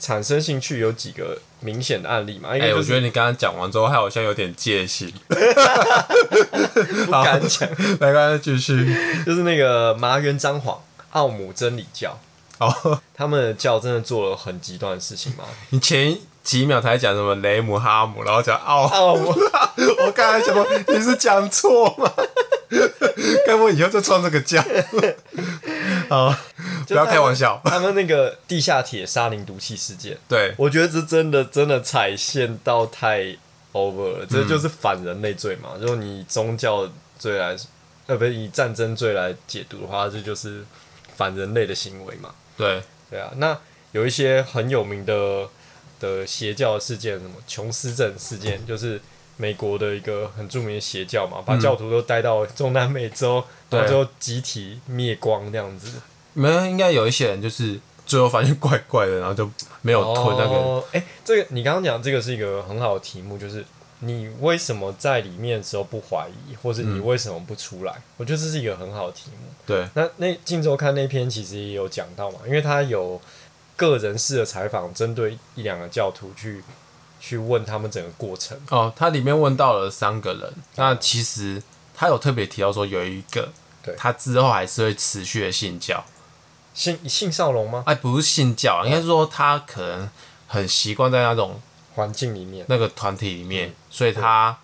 产生兴趣有几个明显的案例嘛？因
哎、
为、就是
我觉得你刚刚讲完之后，害我好像有点戒心。
不敢讲，
来，刚刚继续。
就是那个麻原彰晃、奥姆真理教，
哦，
他们的教真的做了很极端的事情吗？
你前几秒才讲什么雷姆哈姆，然后讲奥
奥姆
我刚才想说你是讲错吗？该不会以后就穿这个教？好，不要开玩笑。
他们那个地下铁沙林毒气事件，
对，
我觉得这真的真的踩线到太 over 了，这就是反人类罪嘛。就是你以宗教罪来，呃，不是以战争罪来解读的话，这就是反人类的行为嘛。
对，
对啊，那有一些很有名的的邪教事件，什么琼斯镇事件，就是美国的一个很著名的邪教嘛，把教徒都带到中南美洲，
对
然后就集体灭光这样子。
没有，应该有一些人就是最后发现怪怪的，然后就没有吞那个。
哦，哎、这个你刚刚讲这个是一个很好的题目，就是你为什么在里面的时候不怀疑，或是你
嗯
为什么不出来？我觉得这是一个很好的题目。
对，
那那《镜周刊》那篇其实也有讲到嘛，因为他有个人式的采访，针对一两个教徒去去问他们整个过程。
哦，它里面问到了三个人，那其实他有特别提到说有一个
对，
他之后还是会持续的信教，
性性少龙吗？
哎，不是信教，应该是说他可能很习惯在那种
环境里面，
那个团体里面，
嗯
所以他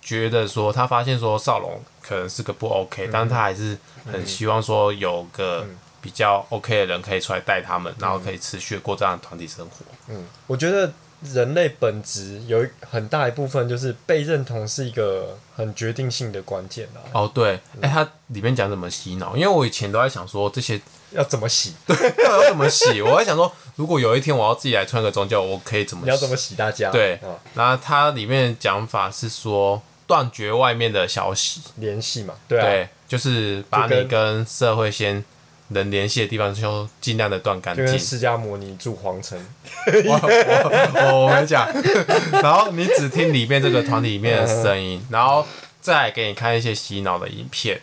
觉得说，他发现说少龙可能是个不 OK，、但
嗯
是他还是很希望说有个比较 OK 的人可以出来带他们，然后可以持续地过这样的团体生活。
嗯，我觉得人类本质有一很大一部分就是被认同是一个很决定性的关键啊啦。
哦，对，
嗯
哎、他里面讲怎么洗脑，因为我以前都在想说这些
要怎么洗？
到底要怎么洗，我在想说，如果有一天我要自己来穿个宗教，我可以怎么
你要
洗
怎？么洗大家？
对
啊，
然后它里面的讲法是说断绝外面的消息，
联系嘛，对啊，
对，就是把
就
你
跟
跟社会先能联系的地方，就尽量的断干
就跟
净。
释迦摩尼住皇城，
我我我没讲， 然后你只听里面这个团体里面的声音，然后再来给你看一些洗脑的影片。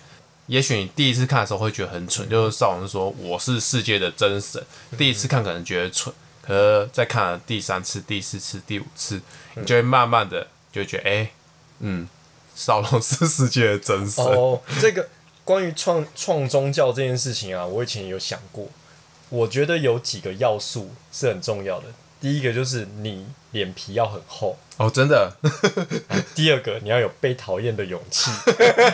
也许你第一次看的时候会觉得很蠢，就是少龙说我是世界的真神，第一次看可能觉得蠢，可是再看了第三次、第四次、第五次，你就会慢慢的就会觉得，哎、嗯，少龙是世界的真神。
哦，这个关于创创宗教这件事情啊，我以前有想过，我觉得有几个要素是很重要的。第一个就是你脸皮要很厚，
哦，真的，
第二个你要有被讨厌的勇气。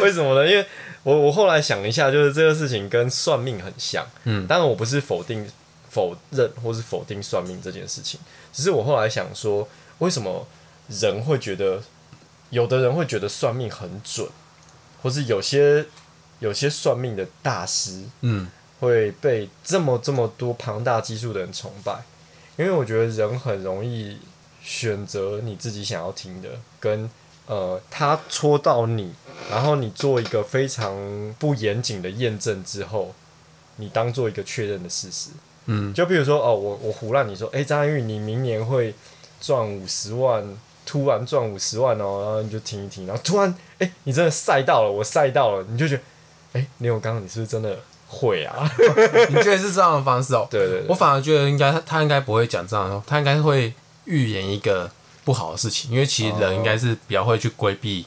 为什么呢？因为我我后来想了一下，就是这个事情跟算命很像。嗯，当然我不是否定、否认或是否定算命这件事情，只是我后来想说，为什么人会觉得，有的人会觉得算命很准，或是有些有些算命的大师
嗯，
会被这么这么多庞大基数的人崇拜，因为我觉得人很容易选择你自己想要听的，跟呃他戳到你，然后你做一个非常不严谨的验证之后，你当做一个确认的事实。
嗯，
就比如说哦，我我胡乱你说，诶，张玉，你明年会赚五十万。突然赚五十万哦，然后你就听一听，然后突然，诶，你真的赛到了，我赛到了，你就觉得，诶，林永刚，你是不是真的会啊？
你觉得是这样的方式哦？
对对对
我反而觉得应该他他应该不会讲这样的话，他应该会预言一个不好的事情，因为其实
哦
人应该是比较会去规避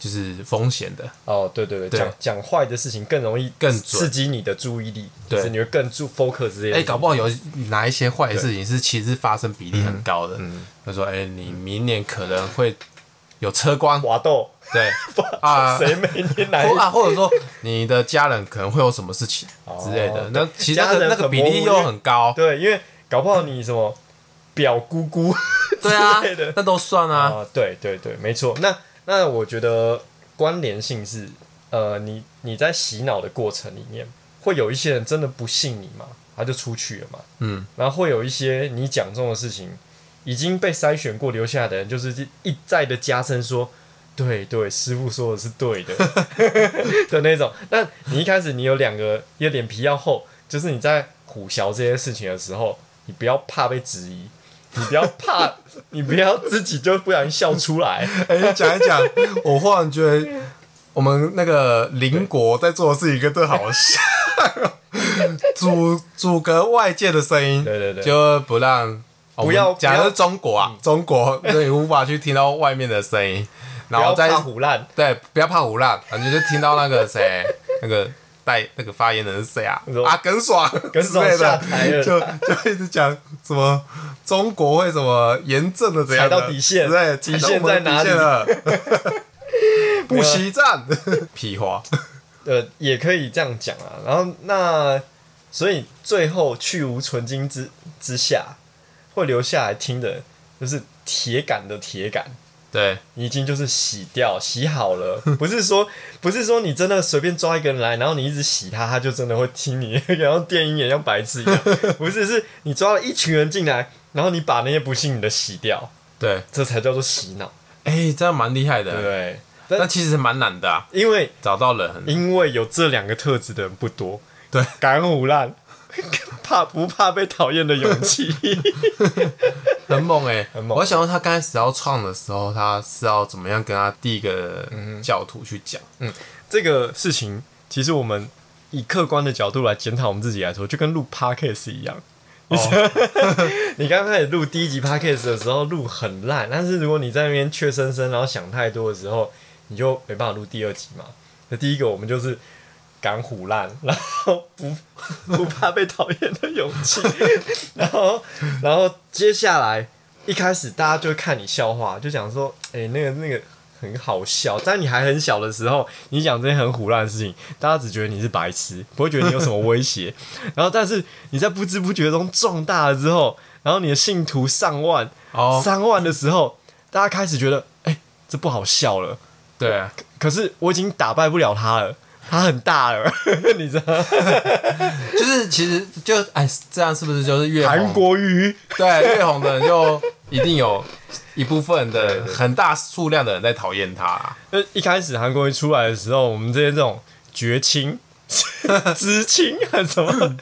就是风险的。
哦，对对对，
对
讲讲坏的事情更容易
更准
刺激你的注意力，
对
就是你会更注 focus 这些。
哎、搞不好有哪一些坏的事情是其实发生比例
嗯
很高的，他说哎、你明年可能会有车光，
滑豆，
对啊。
谁每天 来？
或啊，或者说你的家人可能会有什么事情之类的，那其实那
哦家
个
人
那个
很
比
模糊
例
因
又
为
很高，
对，因为搞不好你什么表姑姑
对啊
之类的，
那都算啊。
啊，对对对，没错。那那我觉得关联性是，呃，你你在洗脑的过程里面，会有一些人真的不信你嘛，他就出去了嘛。
嗯，
然后会有一些你讲中的事情已经被筛选过留下来的人，就是一再的加深说，对对，师傅说的是对 的的那种。那你一开始你有两个，你的脸皮要厚，就是你在虎啸这些事情的时候，你不要怕被质疑。你不要怕，你不要自己就不小心笑出 来。
哎、讲一 讲，我忽然觉得我们那个邻国在做的事情跟这好 像哦，阻阻隔外界的声音，
对对对
就不让哦
不要
我们假
不
如
要
是中国啊，中国对无法去听到外面的声音，然后
不
再
要怕胡乱，
对不要怕胡乱，反正就听到那 个谁那个。带那个发言人是谁啊
你？说
啊，耿爽，
耿爽
之类
下
的
台了，
就就一直讲什么中国会什么严正的怎样的
踩到底线
对，
底线在哪里
踩到我们的底线了 不惜战，屁话。
呃，也可以这样讲啊。然后那所以最后去无存菁之之下，会留下来听的，就是铁杆的铁杆，
对，
你已经就是洗掉洗好了，不是说 不是说你真的随便抓一个人来，然后你一直洗他，他就真的会听你， 然后电影也像白痴一样，不是是你抓了一群人进来，然后你把那些不信你的洗掉，
对，
这才叫做洗脑，
哎、这样蛮厉害
对不
的，
对？
但
但
其实蛮难的、啊，
因为
找到人很难。
因为有这两个特质的人不多，
对，
敢胡烂， 怕不怕被讨厌的勇气，
很猛哎、
很猛
我想到他刚开始要创的时候，他是要怎么样跟他第一个
嗯
教徒去讲？
这个事情，其实我们以客观的角度来检讨我们自己来说，就跟录 podcast 一样。
哦，
你刚开始录第一集 podcast 的时候录很烂，但是如果你在那边怯生生，然后想太多的时候，你就没办法录第二集嘛。那第一个我们就是敢虎烂，然后不不怕被讨厌的勇气， 然后然后接下来一开始大家就会看你笑话，就讲说，哎、那个那个很好笑，在你还很小的时候，你讲这些很虎烂的事情，大家只觉得你是白痴，不会觉得你有什么威胁。 然后，但是你在不知不觉中壮大了之后，然后你的信徒上万，
哦
上万的时候，大家开始觉得，哎、这不好笑了。
对，啊
可是我已经打败不了他了，他很大了， 你知道吗？
就是其实就哎，这样是不是就是越
韩
红
国瑜，
对，越红的人就一定有一部分的
对对
很大数量的人在讨厌他啊、
呃，一开始韩国瑜出来的时候，我们这些这种绝亲、 知青啊什 么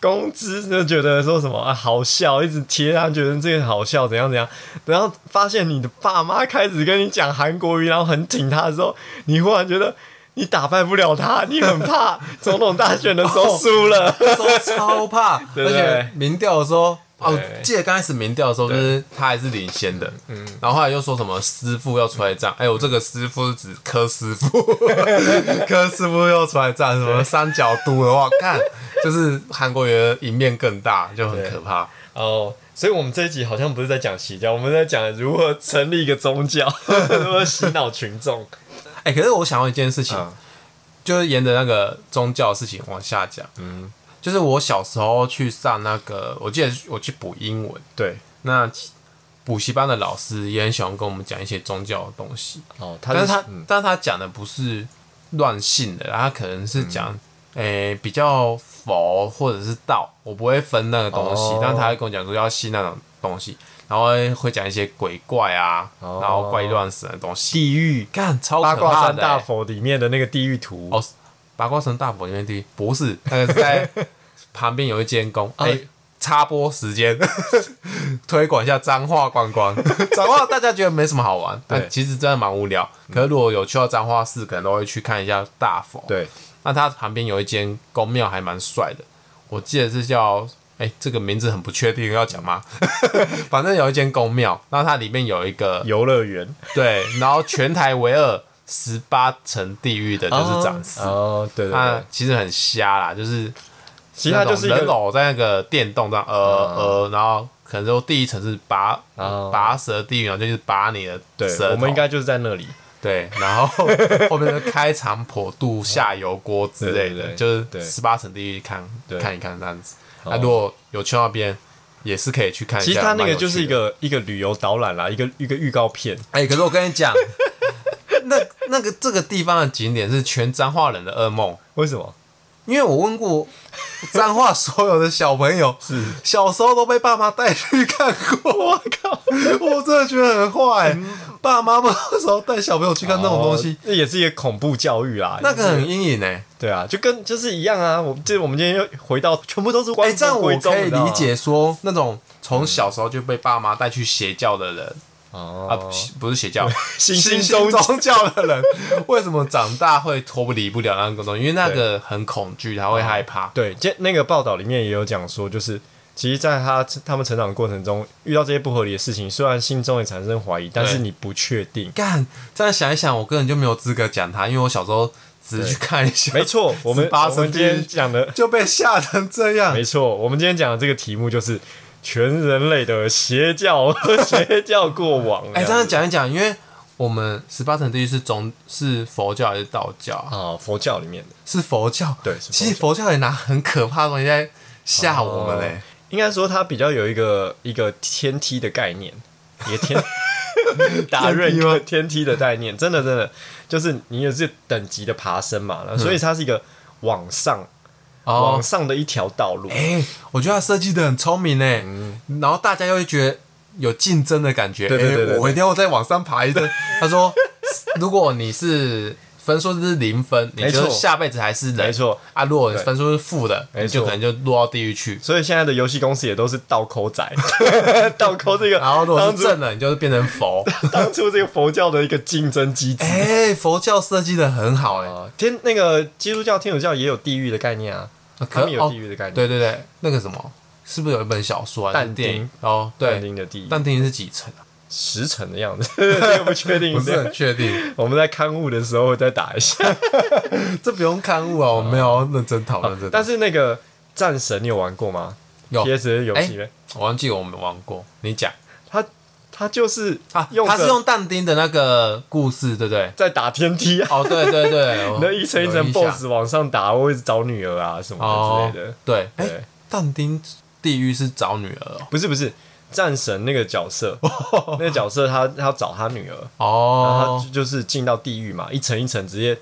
公知，就觉得说什么啊好笑，一直贴他，觉得这个好笑，怎样怎样。然后发现你的爸妈开始跟你讲韩国瑜，然后很挺他的时候，你忽然觉得。你打败不了他，你很 怕总统大选的时候输了。
那时候超 怕，
对不
而
对
且民调的时候。哦
对，
记得刚开始民调的时候，就是他还是领先的，嗯，然后后来又说什么师傅要出来站，哎、我这个师傅是指柯师傅， 柯师傅要出来站，什么三角都的话，看就是韩国瑜的赢面更大，就很可怕。
哦，所以我们这一集好像不是在讲邪教，我们在讲如何成立一个宗教， 如何洗脑群众。
哎、可是我想到一件事情，
嗯
就是沿着那个宗教的事情往下讲，嗯，就是我小时候去上那个，我记得我去补英文，
对，
那其补习班的老师也很喜欢跟我们讲一些宗教的东西，
哦，他
但是他、
嗯
但是他讲的不是乱信的，他可能
嗯
是讲诶、比较佛或者是道，我不会分那个东西，
哦
但他会跟我讲说要信那种东西，然后会讲一些鬼怪啊，
哦
然后怪力乱神的东西，
地狱
看超
八
可
卦
怕
山
的、
大
欸。
佛里面的那个地狱图。
哦，八卦神大佛里面地不是那个是 在 旁边有一间宫，
啊
哎、插播时间， 推广一下彰化观光。 彰化大家觉得没什么好玩，但
对嗯
其实真的蛮无聊。可是如果有去到彰化市，可能都会去看一下大佛。，
对，
那它旁边有一间宫庙，还蛮帅的。我记得是叫哎、这个名字很不确定，要讲吗？ 反正有一间宫庙，那它里面有一个
游乐园
对，然后全台唯二十八层地狱的就是长寺。
哦，对对
那
对，
其实很瞎啦，就是
其实它就是一
那种人
个啊
偶在那个电动上，呃呃，然后可能就第一层是拔
哦
拔舌地狱，然后就是拔你的舌
对，
头
我们应该就是在那里。
对，然后后面就开肠破肚、下油锅之
对
类
对
的，
对
就
对
是十八层地狱看
对
看一看这样子。啊
哦
那如果有去那边，也是可以去看一下。
其实它那
蛮
个
有趣
就是一
的，
个一个旅游导览啦，一个一个预告片。
哎、可是我跟你 讲，那那个这个地方的景点是全彰化人的噩梦。
为什么？
因为我问 过彰化所有的小朋友，是小时候都被爸妈带去看过。我靠，嗯我真的觉得很坏、爸妈不知道为什么带小朋友去看那种东西
哦，，那也是一个恐怖教育啦。
那个
就是
很阴影哎、
对啊，就跟就是一样啊。我们这我们今天又回到全部都是
哎、
关
这样
不
我
归宗
可以
你知道吗
理解说，那种从小时候就被爸妈带去邪教的人、啊，
哦
不。是不是邪教，
新兴
新兴
宗
宗教的人，为什么长大会脱离不了那个东西？因为那个很恐惧，他会害怕。
对，这那个报道里面也有讲说，就是其实在他他们成长的过程中遇到这些不合理的事情，虽然心中也产生怀疑，但是你不确定。
干，这样想一想，我根本就没有资格讲他，因为我小时候只是去看一下，
没错，我们
18
我们
世纪
今天讲的，
就被吓成这样
没。错，我们今天讲的这个题目就是全人类的邪教 和邪教过往。
哎、这
样
样
子
讲一讲，因为我们十八层地狱是中是佛教还是道教啊？
啊，佛教里面的
是佛教。
对是佛教
其实佛教也拿很可怕的东西在吓我们嘞、
哦应该说它比较有一个一个天梯的概念，也天 达
天
人
梯吗
天梯的概念，真的真的就是你也是等级的爬升嘛，那所以它是一个往上
嗯哦
往，上的一条道路。
哎、我觉得他设计的很聪明嘞、然后大家又会觉得有竞争的感觉。
嗯对对
哎
对对
我一定要再往上 爬一登。他说，如果你是分数是零分，你
没
就
错
下辈子还是人。
没错
啊，如果
对
分数是负的，
没
你就
错
可能就落到地狱去。
所以现在的游戏公司也都是倒抠 仔，倒抠这个，
然后如果
当
是
初
正的，你就是变成佛。
当初这个佛教的一个竞争机 制。
哎、佛教设计的很好哎、
啊，天，那个基督教、天主教也有地狱的概念啊，他们有地狱的概念。
哦对对对，那个什么，是不是有一本小说啊？
但
还是电影
丁
哦，
但
对，
丁的地狱，
但丁是几层啊？
十成的 样子，这 个不确定，
不是很确定，
我们在刊物的时候再打一下。
这不用刊物啊，我没有认真讨论这个。
但是那个战神你有玩过吗
有
？PS 游戏
哎
呢？
我忘记我们玩过，你讲
它它就是
啊，
用
他是
着
用但丁的那个故事，对不对？
在打天梯啊，
哦，对 对对，我
那一层一
有
层
印象
BOSS 往上打，或者是找女儿啊什么的
哦
之类的。
对，哎、
对
但丁地狱是找女儿哦，
不是不是，战神那个角 色，那个角色他他要找他女儿，然后
哦
他，就是进到地狱嘛，一层一层直接。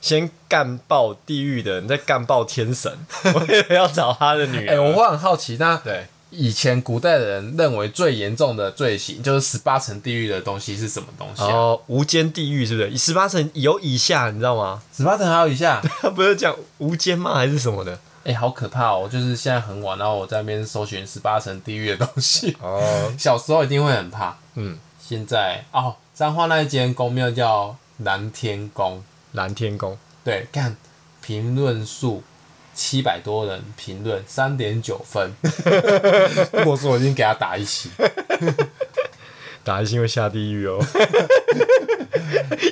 先干爆地狱的人，再干爆天神， 为了要找他的女
哎、
儿。
我会很好奇，那
对，
以前古代的人认为最严重的罪行就是十八层地狱的东西是什么东西、
然
啊？
后哦无间地狱是不是？十八层有以下，你知道吗？
十八层还有以下，
他不是讲无间吗？还是什么的？
哎、好可怕哦！就是现在很晚，然后我在那边搜寻十八层地狱的东西，
哦，
小时候一定会很怕。
嗯，
现在哦，彰化那一间宫庙叫南天宫，
蓝天宫，
对，看评论数七百多人评论，三点九 分。我说我已经给他打一起，
打一星会下地狱 哦，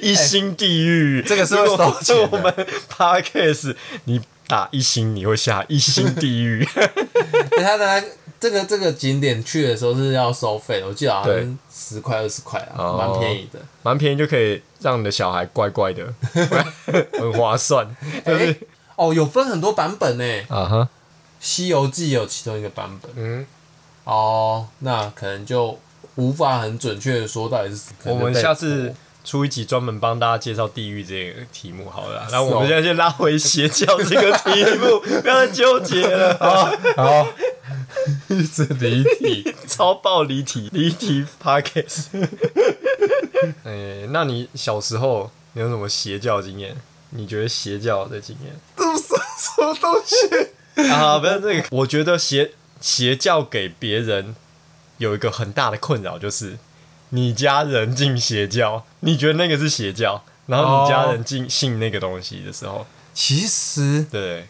一星地狱，
这个是会
如果
收钱的
我们 podcast，你打一星你会下一星地 狱，
欸他的那这个这个景点去的时候是要收费的，我记得好
对
像十块二十块啊，
哦
蛮便宜的。
蛮便宜就可以让你的小孩乖乖的， 很划算，就
哎、
是
哦，有分很多版本呢，《
啊哈，
西游记》有其中一个版本。
嗯，
哦，那可能就无法很准确的说到底是。可
我
能就
们
被
下次。出一集专门帮大家介绍地狱这个题目好了啦，那
是哦
我们现在先拉回邪教这个题 目，不要再纠结 了。
好，一直离题。
超爆离题，离题 pockets。哎、那你小时候你有什么邪教经验？你觉得邪教的经验
这是什么东西？
啊？不是这个，我觉得邪邪教给别人有一个很大的困扰，就是你家人进邪教，你觉得那个是邪教，然后你家人进信那个东西的时候，
其实
对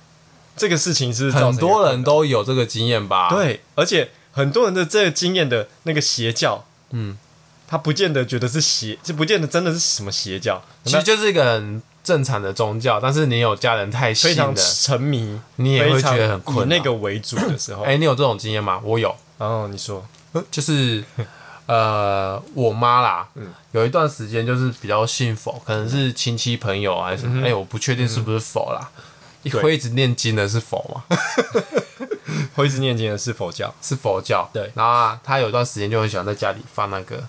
这个事情是不是造成
很
一个
多人都有这个经验吧？，
对，而且很多人的这个经验的那个邪教，
嗯，
他不见得觉得是邪，就不见得真的是什么邪教，
其实就是一个很正常的宗教，但是你有家人太
非
信
常
的，
沉迷，
你也会觉
非
得很
常
困
以
扰
那个为主的时候，
哎、你有这种经验吗？我有，
然后你说，
就是呃，我妈啦，
嗯
有一段时间就是比较信佛，可能是亲戚朋友啊还
嗯
是什么，哎、我不确定是不是佛啦，会一直念经的是佛嘛？
会一直念经的是佛教，
是佛教，
对
然后啊他有一段时间就很喜欢在家里放那个，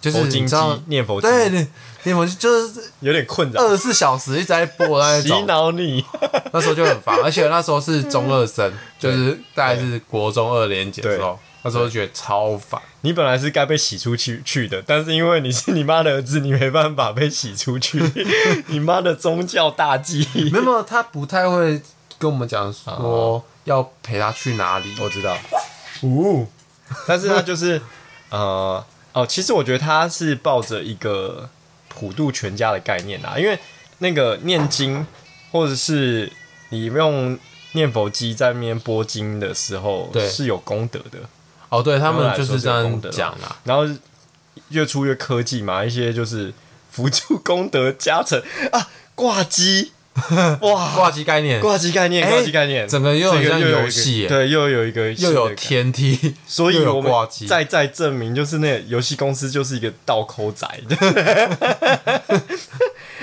就是
佛
你
经
知
机
道，
念佛经，
对，你你们就是
有点困扰，
二十四小时一直在播呃那
洗
种，
脑你。
那时候就很 烦，而且那时候是中二生，就是大概是国中二年级的时候，那时候觉得超烦。
你本来是该被洗出去去的，但是因为你是你妈的儿子，你没办法被洗出去。 你妈的宗教大忌，
没有没有，他不太会跟我们讲说要陪他去哪里。
我知道。
哦
呜、但是他就是呃哦，其实我觉得他是抱着一个普渡全家的概念啦，啊因为那个念经或者是你用念佛机在那边播经的时候，
对
是有功德的。
哦，对他们
来
就
说
是这
有功德
样
啦
讲啊啦。
然后越出越科技嘛，一些就是辅助功德加成啊，挂 机哇，
挂机概念，
挂机概念，
哎
挂机概念，
整个又很
这
像
又有一
游
个
戏耶，
对，又有一个
又
新的
有
感觉，
天梯，
所以
又
我
有挂
们
机，
再再证明，就是那个游戏公司就是一个倒抠 仔。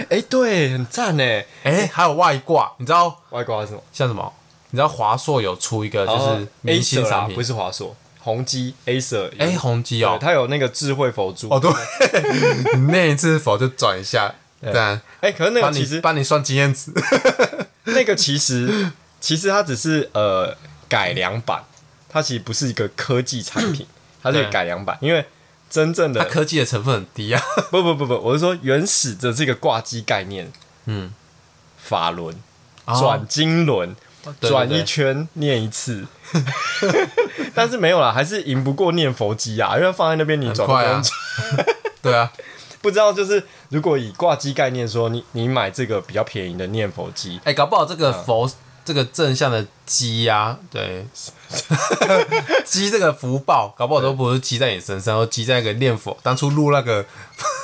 哎，对，很赞哎，
哎，还有外挂，你知道
外挂是什么？
像什么？你知道华硕有出一个就
哦
是明星
Acer
产
啦，
品
不，是华硕，宏基 Acer 有。
哎，宏基哦
对，它有那个智慧佛珠。
哦对， 那一次否就转一下，但
哎，可是那个
帮
其
你
实
帮你算经验值，
那个其 实其实它只是呃改良版，它其实不是一个科技产 品，它是一个
对
改良版，因为真正
嗯
的
它 科技的成分很低啊。
不不不不，我是说原始的这个挂机概念，
嗯，哦
法轮转经轮。
对
转
对
一
对
圈念一次， 但是没有啦，还是赢不过念佛机啊，因为放在那边你转
快啊
不过
对啊，
不知道就是如果以挂机概念说，你你买这个比较便宜的念佛 机，
哎、搞不好这个
嗯
佛、这个正向的积啊，对， 积这个福报，搞不好都不是积在你身上，而积在那个念佛当初录那个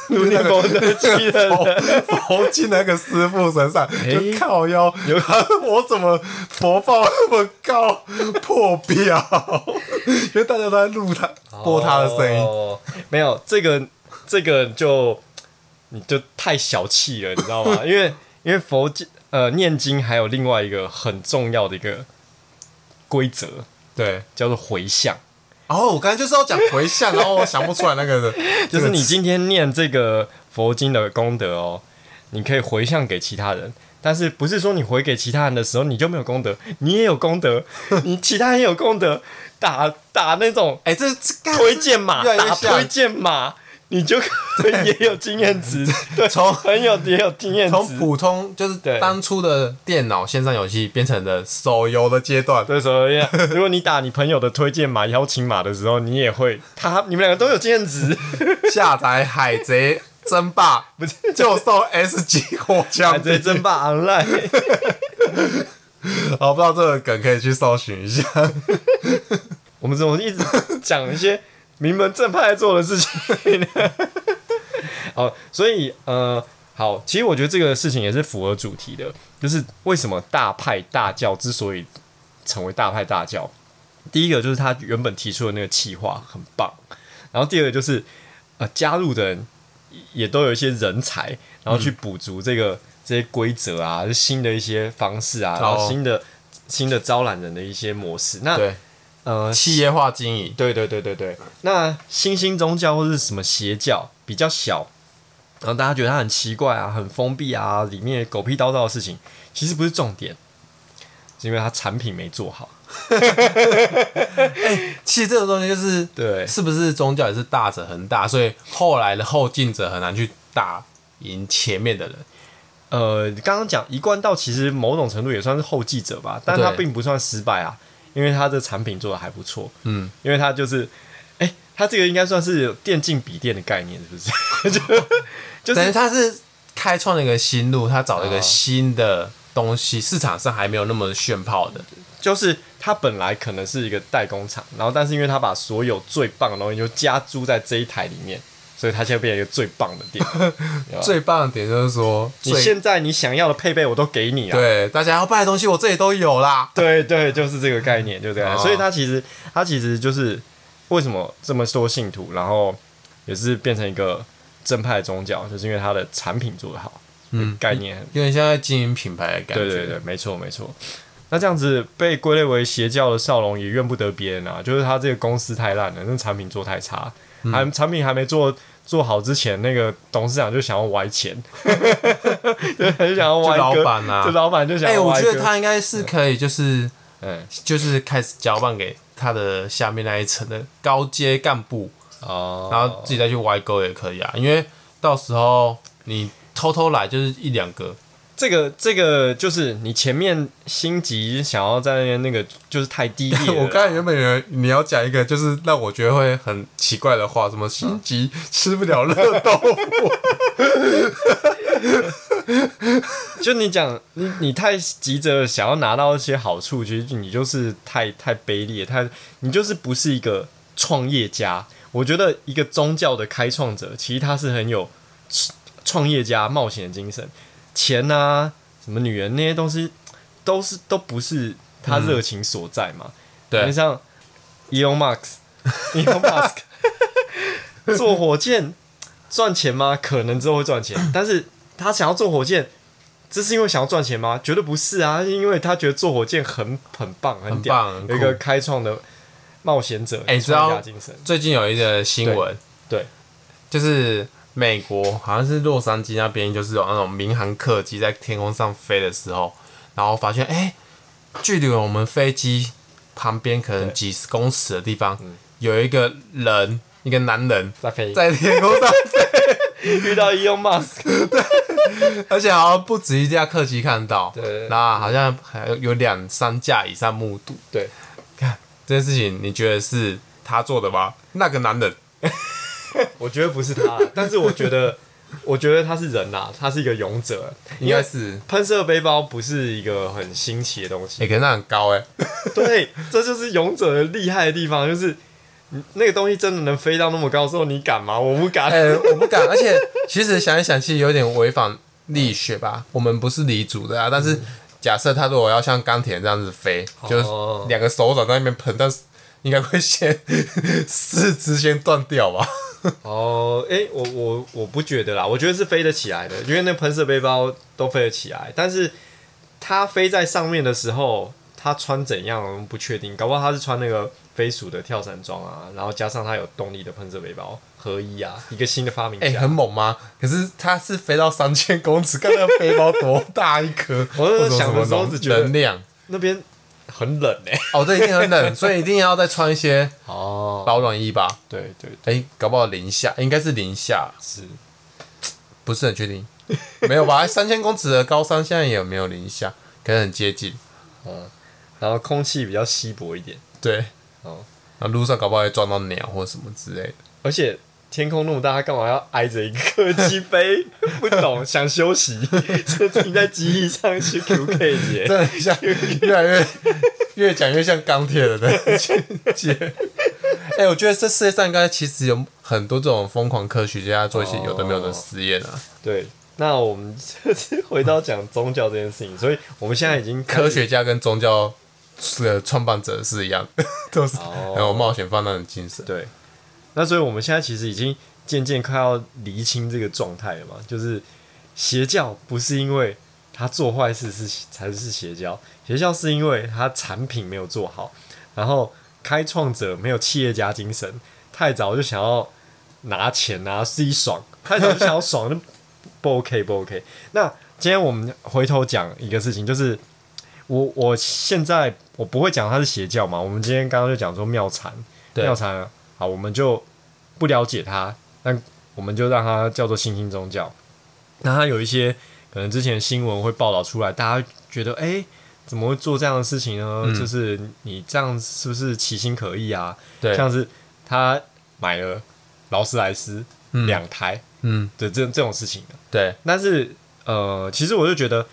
如念佛 的机的 人
佛佛经那个师傅身上，
哎
就靠腰，
有
我怎么佛报那么高破表？ 因为大家都在录他播他的声音，
哦、没有这个这个就你就太小气了，你知道吗？因为因为佛经呃念经还有另外一个很重要的一个规则
对。
叫做回向，
然哦后我刚才就是要讲 回向，然后我想不出来那个的，
就是你今天念这个佛经的功德哦，你可以回向给其他人。但是不是说你回给其他人的时候你就没有功德，你也有功德， 你其他人也有功德，打打那种
哎、这这干
推荐码，
越来越
打
像
推荐码，你就可以也有经验 值，对，
从
很有也有经验
从
值。
普通就是
对
当初的电脑线上游戏变成了手游的阶段，
对，所以 如果你打你朋友的推荐码、邀请码的时候，你也会，他你们两个都有经验值，
下载《海贼争霸》
不是？
就送 S 级 火
海
枪
贼
兵。
争霸 online，
我不知道这个梗可以去搜寻一下。
我们怎么一直讲一些名门正派做的事情 呢？哦，所以呃，好，其实我觉得这个事情也是符合主题的，就是为什么大派大教之所以成为大派大教，第一个就是他原本提出的那个企划很棒，然后第二个就是呃加入的人也都有一些人才，然后去补足这个、这些规则啊，新的一些方式啊，然后新的、新的招揽人的一些模式。那
对，
呃，
企业化经营，
对对对对对，那新兴宗教或是什么邪教比较小，然后大家觉得它很奇怪啊，很封闭啊，里面狗屁叨叨的事情，其实不是重点，是因为它产品没做好。
其实这个东西就是，
对
是不是宗教也是大者恒大，所以后来的后进者很难去打赢前面的人。
呃，刚刚讲一贯道其实某种程度也算是后继者吧，但它
对
并不算失败啊，因为它的产品做的还不错，
嗯，
因为它就是，哎、它这个应该算是电竞笔电的概念，是不是？ 就
等于
是
他是开创了一个新路，他找了一
哦
个新的东西，市场上还没有那么炫炮的。
就是它本来可能是一个代工厂，然后但是因为它把所有最棒的东西就加注在这一台里面，所以它现在变成一个最棒的 店。
最棒的点就是说，
啊你
最
现在你想要的配备我都给你了，啊
对大家要拜的东西，我这里都有啦。
对对，就是这个概念，就这样。
哦
所以他其实他其实就是为什么这么多信徒，然后也是变成一个正派宗教，就是因为它的产品做得好，嗯，概念很。
有点像在经营品牌的感觉。
对对对，没错没错。那这样子被归类为邪教的少龙也怨不得别人啊，就是他这个公司太烂了，那产品做太差，
嗯
还产品还没做做好之前，那个董事长就想要歪钱， 对，他就想要
就
歪
老
哥，
板
就
啊。
老板就想
哎、
要
我
歪
觉得
哥，
他应该是可以，就是
嗯，
就是开始交办给他的下面那一层的高阶干部，
哦，
然后自己再去歪勾也可以啊。因为到时候你偷偷来就是一两个，
这个这个就是你前面心急想要在那边那个就是太低劣了，
我刚才原本以为你要讲一个就是让我觉得会很奇怪的话，什么心急吃不了热豆腐，
就你讲，你你太急着想要拿到一些好处，其实你就是太太卑劣，太你就是不是一个创业家。我觉得一个宗教的开创者，其实他是很有创创业家冒险的精神，钱啊、什么女人那些东西，都是都不是他热情所在嘛。
对
你像 Elon Musk，Elon Musk 做火箭赚钱吗？可能之后会赚钱，但是他想要做火箭，这是因为想要赚钱吗？绝对不是啊，是因为他觉得做火箭很很棒，很
很
屌，
棒，很
有一
酷
个开创的冒险者，
哎你知道
创业家精神，
最近有一个新闻，
对对
就是美国好像是洛杉矶那边，就是有那种民航客机在天空上飞的时候，然后发现哎、距离我们飞机旁边可能
对
几十公尺的地方
嗯，
有一个人，一个男人
在飞
在天空 上，
遇到 Elon Musk，
而且好像不止一架客机看到，
对
那好像还有有两三架以上目睹
对，
这件事情，你觉得是他做的吗？那个男人，
我觉得不是他，啊但是我觉得，我觉得他是人啦，他是一个勇者，
应该是。
喷射背包不是一个很新奇的东西
哎、，可是那很高哎、
对，这就是勇者的厉害的地方，就是你那个东西真的能飞到那么高的时候，你敢吗？我不敢。
哎、我不敢，而且其实想一想，其实有点违反力学吧。我们不是离组的啊，但是假设他如果要像钢铁这样子飞，就是两个手掌在那边喷，但是应该会先 四肢先断掉吧？
哦，哎、我我我不觉得啦，我觉得是飞得起来的，因为那喷射背包都飞得起来，但是它飞在上面的时候，它穿怎样我们不确定，搞不好它是穿那个飞鼠的跳伞装啊，然后加上它有动力的喷射背包合一啊，一个新的发明
哎、
家。
很猛吗？可是他是飞到三千公尺，看那个背包多大一颗
，我那时候想的
的
时候只觉得
能量
那边很冷哎、
哦，这一定很冷， 所以一定要再穿一些
哦，
保暖衣吧。
对对
哎、搞不好零下，应该是零下，
是，
不是很确定，没有吧？ 三千公尺的高山现在也有没有零下？可能很接近。
然后空气比较稀薄一点。
对，
哦，
那路上搞不好会撞到鸟或什么之类的。
而且天空那么大，他干嘛要挨着一个客机飞？ 不懂，想休息， 就停在机翼上去 QK 姐。
真的很像，越来越越讲越像钢铁人的 情节。哎、我觉得这世界上应该其实有很多这种疯狂科学家做一些有的没有
哦
的实验啊。
对，那我们 这次回到讲宗教这件事情，所以我们现在已经开始
科学家跟宗教的创办者是一样的，都是
哦
很有冒险犯难的精神。
对。那所以我们现在其实已经渐渐快要厘清这个状态了嘛，就是邪教不是因为他做坏事是才是邪教，邪教是因为他产品没有做好，然后开创者没有企业家精神，太早就想要拿钱啊，自己爽，太早就想要爽，那不 OK 不 OK。那今天我们回头讲一个事情，就是我我现在我不会讲它是邪教嘛，我们今天刚刚就讲说妙禅，
对
妙禅好，我们就不了解它，那我们就让它叫做新兴宗教。那它有一些可能之前新闻会报道出来，大家觉得哎、诶怎么会做这样的事情呢？
嗯
就是你这样是不是其心可义啊？
对，
像是他买了劳斯莱斯两、台
嗯，
的这这种事情的。
对，
但是呃，其实我就觉得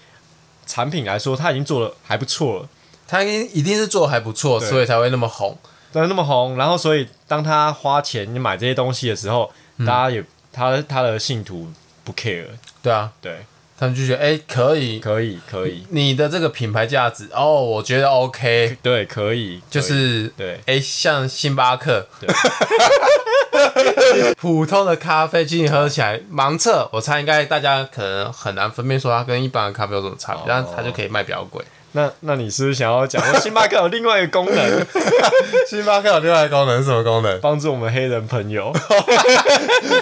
产品来说，他已经做的还不错了，
他一定一定是做得还不错，
对
所以才会那么红。
但是那么红，然后所以当他花钱买这些东西的时候，
嗯
大家也他他的信徒不 care，
对啊，
对，
他们就觉得哎、可以，
可以可以，
你的这个品牌价值哦，我觉得 OK，
对，可以，
就
可以
是
对
哎、像星巴克， 普通的咖啡其实你喝起来盲测，我猜应该大家可能很难分辨说它跟一般的咖啡有什么差别，
哦
但它就可以卖比较贵。
那那你是不是想要讲说星巴克有另外一个功 能，
星巴克有另外一个功能是什么功能？
帮助我们黑人朋友？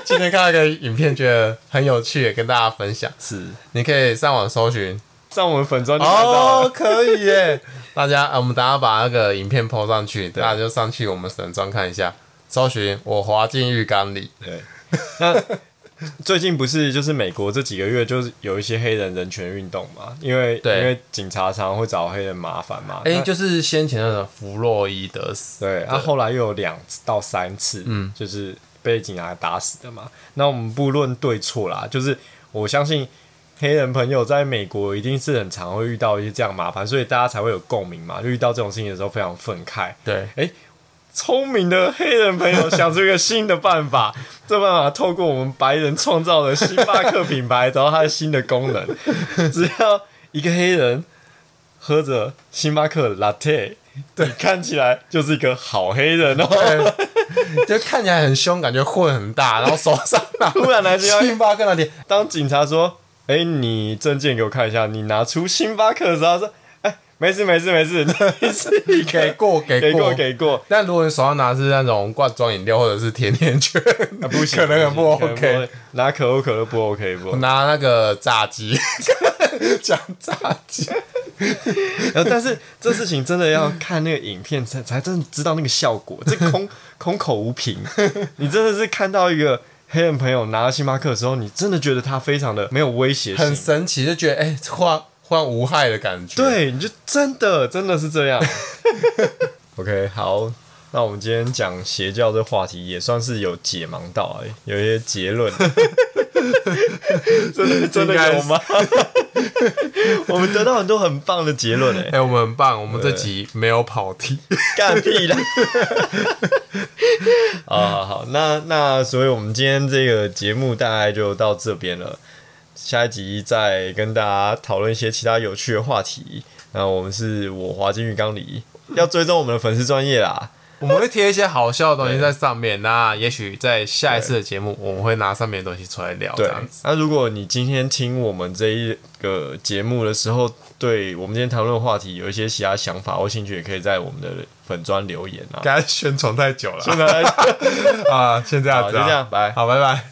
今天看到一个影片，觉得很有趣，也跟大家分享。
是，
你可以上网搜寻
上我们粉砖就看到了。
哦，可以耶！ 大家，呃我们等下把那个影片 PO 上去，大家就上去我们神装看一下，搜寻我滑进浴缸里。
对，那最近不是就是美国这几个月就是有一些黑人人权运动嘛，因为因
对
为警察常常会找黑人麻烦嘛。
哎、
那
就是先前那个弗洛伊德死，
对，他、后来又有两到三次，嗯，就是被警察打死的嘛。那我们不论对错啦，就是我相信黑人朋友在美国一定是很常会遇到一些这样麻烦，所以大家才会有共鸣嘛。就遇到这种事情的时候非常愤慨。
对，
聪明的黑人朋 友想出一个新的办法，这办法透过我们白人创造的星巴克品牌， 找到它的新的功能。只要一个黑人喝着星巴克 latte，你看起来就是一个好黑人哦。
就看起来很凶，感觉混很大，然后手上拿
突然来这样
星巴克那里，
当警察说：“哎、你证件给我看一下。”你拿出星巴克的时候，他说：“哎、没事没事没事， 你是一个
给过
给
给
过
哎过。
给过。
但如果你手上拿的是那种罐装饮料或者是甜甜圈，
啊”不行，
可能很不
行可
OK。
拿可口可乐不 OK 不
我拿那个炸鸡，讲炸鸡，
然后，但是这事情真的要看那个影片才才真的知道那个效果，这空空口无凭。你真的是看到一个黑人朋友拿到星巴克的时候，你真的觉得他非常的没有威胁性，
很神奇，就觉得哎、忽然忽然无害的感觉。，
对，你就真的真的是这样。OK，好，那我们今天讲邪教这话题也算是有解盲到、欸，有一些结论。 真的真的有 吗？我们得到很多很棒的结论诶、欸
哎、我们很棒，我们这集没有跑题。
干屁啦！啊， 好好，那那所以我们今天这个节目大概就到这边了，下一集再跟大家讨论一些其他有趣的话题。那我们是我滑进浴缸里，要追踪我们的粉丝专业啦。
我们会贴一些好笑的东西在上面，那也许在下一次的节目，我们会拿上面的东西出来聊，这
对
样子。，
那如果你今天听我们这一个节目的时候，对我们今天谈论的话题有一些其他想法或兴趣，也可以在我们的粉专留言啊。
刚才宣传太久了
真的，
啊，先这样
好，就
子啊，
这样，拜。
好，拜拜。